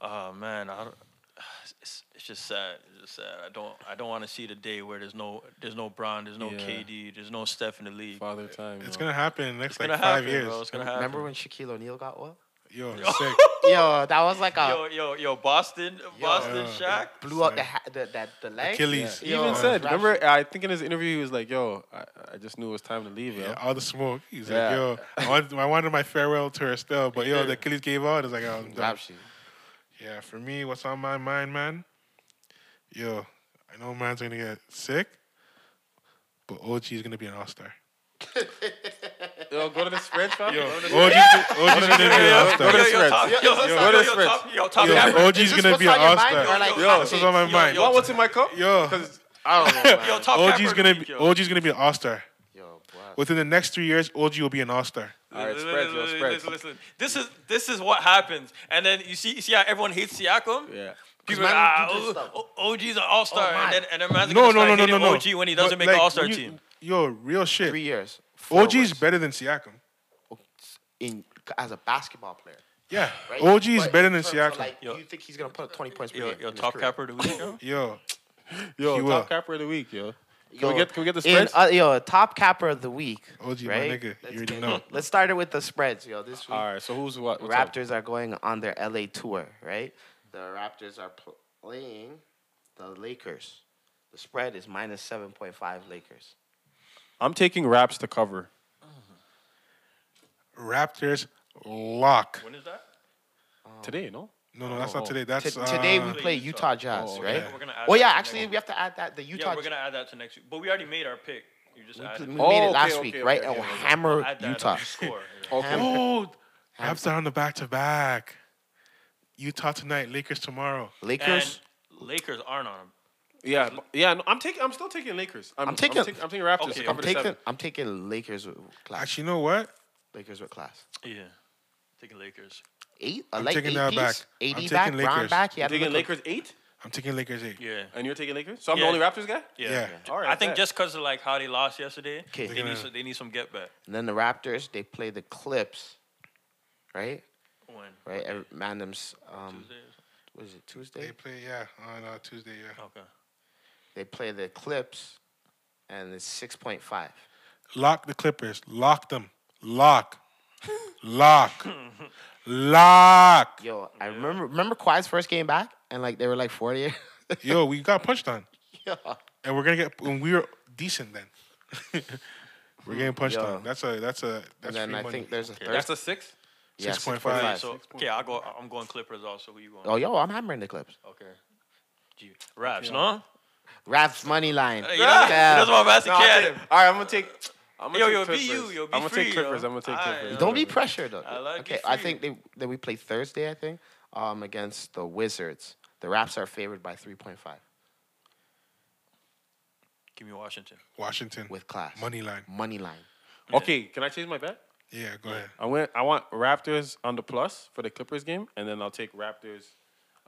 S4: oh man, I don't, it's- it's, it's just sad. It's just sad. I don't I don't want to see the day where there's no there's no Bron, there's no
S5: Yeah.
S4: KD, there's no Steph in the league.
S5: father time.
S2: It's
S5: yo.
S2: gonna happen in the next
S4: It's
S2: like
S4: gonna
S2: five
S4: happen,
S2: years.
S4: bro. It's gonna happen.
S6: remember when Shaquille O'Neal got what?
S2: Yo,
S4: Yo.
S2: sick.
S6: Yo, that was like
S4: yo
S6: a
S4: yo yo Boston Boston
S2: Yeah.
S4: Shaq.
S6: blew out the ha- the, the, the leg.
S2: Achilles.
S5: He even
S6: Yo,
S5: said,
S6: Rashford.
S5: remember, I think in his interview, he was like, yo, I, I just knew it was time to leave, yo.
S2: Yeah, all the smoke. He's
S5: Yeah.
S2: like, yo, I wanted, I wanted my farewell tour still, but yo, the Achilles gave out. It's like, oh, I'm done.
S6: Rap sheet.
S2: Yeah, for me, what's on my mind, man? Yo, I know man's gonna get sick, but OG's gonna be an all star.
S5: Yo, go to the spread, fam.
S2: Yo, OG's, OG's gonna be an all
S5: Go to
S2: star.
S5: the spreads.
S4: top- yo, yo, top-
S5: Go to the
S4: yo,
S5: spreads.
S4: top- yo, top
S2: Yo,
S4: camera.
S2: OG's gonna be an all star.
S6: like,
S5: Yo,
S2: This is on my mind.
S5: You want what's in my cup?
S2: Yo,
S6: I don't know.
S4: Yo,
S6: man.
S4: top
S2: OG's
S4: camera
S2: gonna
S4: leak,
S2: be
S4: yo.
S2: OG's gonna be an all star.
S6: Yo, boy.
S2: Within the next three years, OG will be an all star.
S5: All right,
S4: Listen,
S5: spreads, yo,
S4: listen,
S5: spreads.
S4: Listen, listen. This is this is what happens, and then you see you see how everyone hates Siakam.
S5: Yeah.
S4: People
S6: man,
S4: are like, ah,
S6: you do this
S4: O- O- OG's an all
S6: Oh,
S4: star, and
S6: my.
S4: then and then man's
S2: No, no,
S4: gonna start
S2: no, no, no,
S4: hating
S2: no.
S4: OG when he doesn't
S2: But,
S4: make
S2: like,
S4: the all star
S2: you-
S4: team.
S2: Yo, real
S6: three
S2: shit.
S6: years. four
S2: OG's
S6: wins
S2: better than Siakam.
S6: in as a basketball player.
S2: Yeah,
S6: Right?
S2: OG is
S6: But
S2: better
S6: in
S2: than
S6: terms of,
S2: Siakam.
S6: Like,
S4: Yo.
S6: you think he's gonna put up 20 points per
S4: Yo,
S6: game?
S4: yo,
S6: in his
S4: top
S6: career?
S4: capper of the week. yo.
S2: Yo,
S5: Yo,
S2: He
S5: top
S2: will.
S5: capper of the week, yo. Can
S6: Yo,
S5: we get can we get the
S6: in,
S5: spreads?
S6: uh, yo, top capper of the week.
S2: OG, my
S6: right?
S2: nigga, you
S6: Let's
S2: already
S6: get-
S2: know.
S6: Let's start it with the spreads, yo. This week,
S5: All right, so who's what? What's up?
S6: Raptors are going on their LA tour, right? The Raptors are pl- playing the Lakers. The spread is minus 7.5 Lakers.
S5: I'm taking raps to cover.
S2: Raptors lock.
S4: When is that?
S5: Today, no?
S2: No, no, that's
S5: Oh,
S2: not
S5: oh.
S2: today. That's
S6: T- today
S2: uh,
S6: we play Utah Jazz,
S5: Oh,
S6: right?
S4: We're gonna add
S6: Oh
S4: that
S6: yeah,
S4: to
S6: actually
S4: next-
S6: we have to add that the
S4: yeah,
S6: Utah.
S4: we're gonna add that to next week. But we already made our pick. You just
S6: we
S4: added it.
S6: made it
S5: Oh,
S6: last
S5: okay,
S6: week,
S5: okay,
S6: right?
S5: okay,
S6: and
S5: okay.
S6: hammer
S4: Add that up,
S6: Utah.
S4: you Score. Yeah.
S5: Okay.
S2: Oh, Raptors are on the back to back. Utah tonight, Lakers tomorrow.
S6: Lakers.
S4: And Lakers aren't on. 'em.
S5: Yeah, b- yeah. No, I'm taking. I'm still taking Lakers. I'm,
S6: I'm taking-
S5: I'm, taking- I'm taking Raptors.
S4: Okay,
S5: to
S6: I'm
S4: I'm
S5: cover the
S6: taking.
S5: seven.
S6: I'm taking Lakers with class.
S2: Actually, you know what?
S6: Lakers with class.
S4: Yeah, taking Lakers.
S6: Eight. I like
S2: taking
S6: eight
S2: that
S6: piece.
S2: back.
S6: AD
S2: I'm
S6: back.
S2: taking
S6: Brown
S2: Lakers.
S6: back. Yeah,
S5: I'm taking Lakers eight,
S2: I'm taking Lakers eight.
S4: Yeah.
S5: and you're taking Lakers. So I'm
S4: Yeah.
S5: the only Raptors guy.
S4: Yeah.
S2: Yeah.
S4: J-
S5: All right,
S4: I think
S5: bet.
S4: just because of like how they lost yesterday,
S6: Okay.
S4: they
S2: They're
S4: need
S2: gonna-
S4: some, they need some get back.
S6: And then the Raptors. They play the Clips. Right.
S4: When
S6: Right. Every, Mandem's. Um,
S4: Tuesday? or
S6: what is it Tuesday?
S2: They play, yeah, on uh, Tuesday. Yeah,
S4: something? Okay.
S6: They play the Clips, and it's six point five.
S2: lock the Clippers. Lock them. Lock. Lock. Lock.
S6: Yo, I remember remember Kawhi's first game back, and like they were like forty.
S2: Yo, we got punched on,
S6: yeah.
S2: and we're gonna get. And we were decent then. we're getting punched
S6: Yo.
S2: on. That's a. That's a.
S6: And
S2: That's
S6: then
S2: free
S6: I
S2: money.
S6: think there's a third.
S5: That's the sixth.
S6: yeah,
S2: 6.5.
S4: Okay,
S2: Five.
S4: so okay, I go. I'm going Clippers also. Who you going?
S6: Oh, yo, I'm hammering the Clips.
S5: Oh.
S4: Okay. Gee, Raps, no?
S6: Raps money line.
S4: Hey, you know, that's
S6: Yeah.
S4: what I'm asking.
S5: No, I'm
S4: Kid.
S5: taking- all right, I'm gonna take. I'm gonna
S4: Yo,
S5: take
S4: yo, be
S5: Clippers.
S4: you, yo, be
S5: I'm gonna
S4: free,
S5: take Clippers.
S4: yo.
S5: I'm gonna take
S4: All right,
S5: Clippers.
S4: yo.
S6: Don't be pressured though.
S4: I like
S6: okay,
S4: it
S6: I
S4: free.
S6: think they that we play Thursday. I think um against the Wizards. The Raps are favored by three point five
S4: Give me Washington.
S2: Washington
S6: with class.
S2: money line.
S6: Money line.
S5: Okay, can I change my bet?
S2: Yeah, go ahead.
S5: I went. I want Raptors on the plus for the Clippers game, and then I'll take Raptors.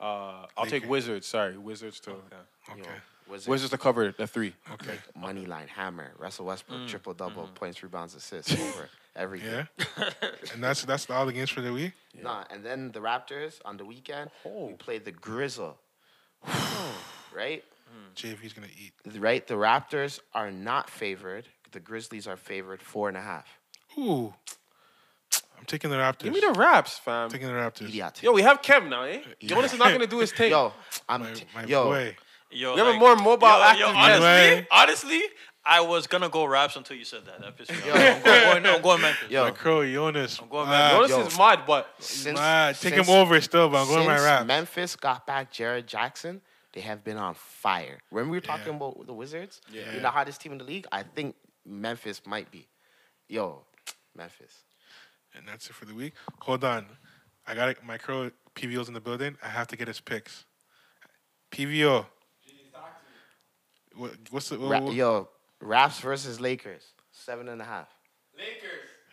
S5: Uh, I'll take
S2: Lakers.
S5: Wizards. Sorry, Wizards to
S4: Okay.
S2: Okay.
S6: Yo, Wizards.
S5: Where's just the cover? The three.
S2: Okay.
S6: Money line hammer. Russell Westbrook
S4: Mm,
S6: triple double
S4: mm-hmm.
S6: points, rebounds, assists over everything.
S2: Yeah. and that's that's all the games for the week.
S6: Nah, and then the Raptors on the weekend we
S2: Oh.
S6: played the Grizzle. right,
S2: JV's gonna eat.
S6: right. The Raptors are not favored. The Grizzlies are favored four and a half.
S2: Ooh. I'm taking the Raptors.
S5: Give me the raps, fam.
S2: I'm taking the Raptors.
S6: Idiot.
S5: Yo, we have Kev now, eh? Jonas is not gonna do his thing.
S6: Yo, I'm
S2: My,
S6: t-
S2: my
S6: yo.
S2: boy.
S4: Yo,
S5: we have
S4: like-
S5: a more mobile
S4: yo,
S5: active.
S4: yo,
S5: man.
S4: honestly,
S2: Right.
S4: honestly, I was gonna go raps until you said that. That pissed me off.
S6: Yo.
S4: I'm going, I'm going, I'm going Memphis.
S6: Yo,
S2: My crow, Jonas.
S4: I'm going
S2: Wow.
S5: Jonas
S6: yo.
S5: is mad, but
S6: since,
S2: Wow, Take
S6: since-
S2: him over still, but I'm going my
S6: since
S2: Raptors.
S6: Memphis got back Jared Jackson, they have been on fire. When we were talking
S2: Yeah.
S6: about the Wizards,
S5: Yeah.
S6: being the hottest team in the league, I think Memphis might be. Yo, Memphis.
S2: And that's it for the week. Hold on. I got it. My crow PVO's in the building. I have to get his picks. PVO. What, what's the
S6: Ra-
S2: what-
S6: yo, Raps versus Lakers, seven and a half.
S7: Lakers.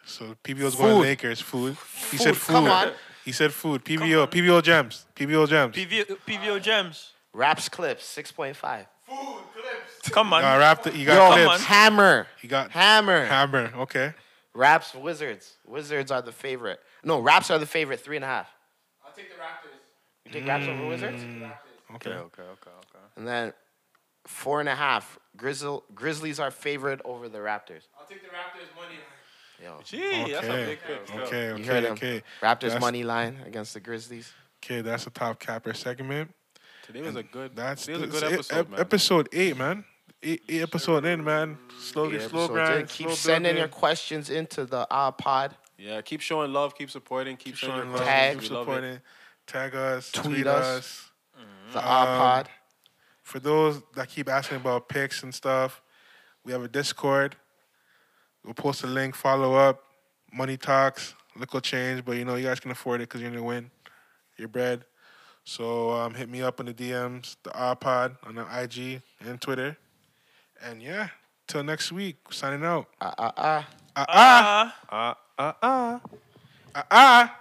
S2: so PVO's going
S5: Food.
S2: Lakers food. He said food.
S6: come on.
S2: He said food. PVO. PVO gems. PVO gems.
S4: PV, PVO gems.
S6: Raps clips, six point five.
S7: Food clips.
S4: Come on.
S2: Nah, wrapped it. You Uh, got
S6: Yo,
S4: Come
S2: clips.
S6: hammer,
S2: You got
S6: hammer.
S2: hammer. Okay.
S6: Raps Wizards. Wizards are the favorite. No, Raps are the favorite, three and a half.
S7: I'll take the Raptors.
S6: You take Raps over Wizards,
S2: Mm. Okay.
S5: okay, okay, okay.
S6: and then four and a half. Grizzle Grizzlies are favored over the Raptors.
S7: I'll take the Raptors money.
S6: Yo,
S5: Gee, that's a
S2: Okay.
S5: big pick. though.
S2: Okay.
S6: you
S2: Okay.
S6: heard him.
S2: Okay.
S6: Raptors
S2: That's-
S6: money line against the Grizzlies.
S2: Okay. That's the top capper segment.
S5: Today was a good.
S2: That's
S5: today was a
S2: this-
S5: good
S2: e-
S5: episode,
S2: ep-
S5: man.
S2: episode eight, man. Eight, eight episode in, man. Slowly,
S6: Yeah,
S2: slow
S6: so
S2: grind.
S6: Keep
S2: slow
S6: sending
S2: building.
S6: your questions into the uh, pod.
S5: Yeah, keep showing love, keep supporting, keep,
S2: Keep
S5: showing
S2: showing
S5: your
S2: love.
S6: Tag.
S2: Keep
S5: We love it.
S2: supporting. Tag us. Tweet,
S6: Tweet
S2: us.
S6: us. The R
S2: Um,
S6: pod.
S2: For those that keep asking about picks and stuff, we have a Discord. We'll post a link. Follow up. Money talks. Little change, but you know you guys can afford it because you're gonna win. Your bread. So um, hit me up on the DMs, the R pod on the IG and Twitter. And yeah, till next week.
S6: Ah,
S2: Signing out.
S6: Uh, uh, uh.
S2: Ah ah ah ah.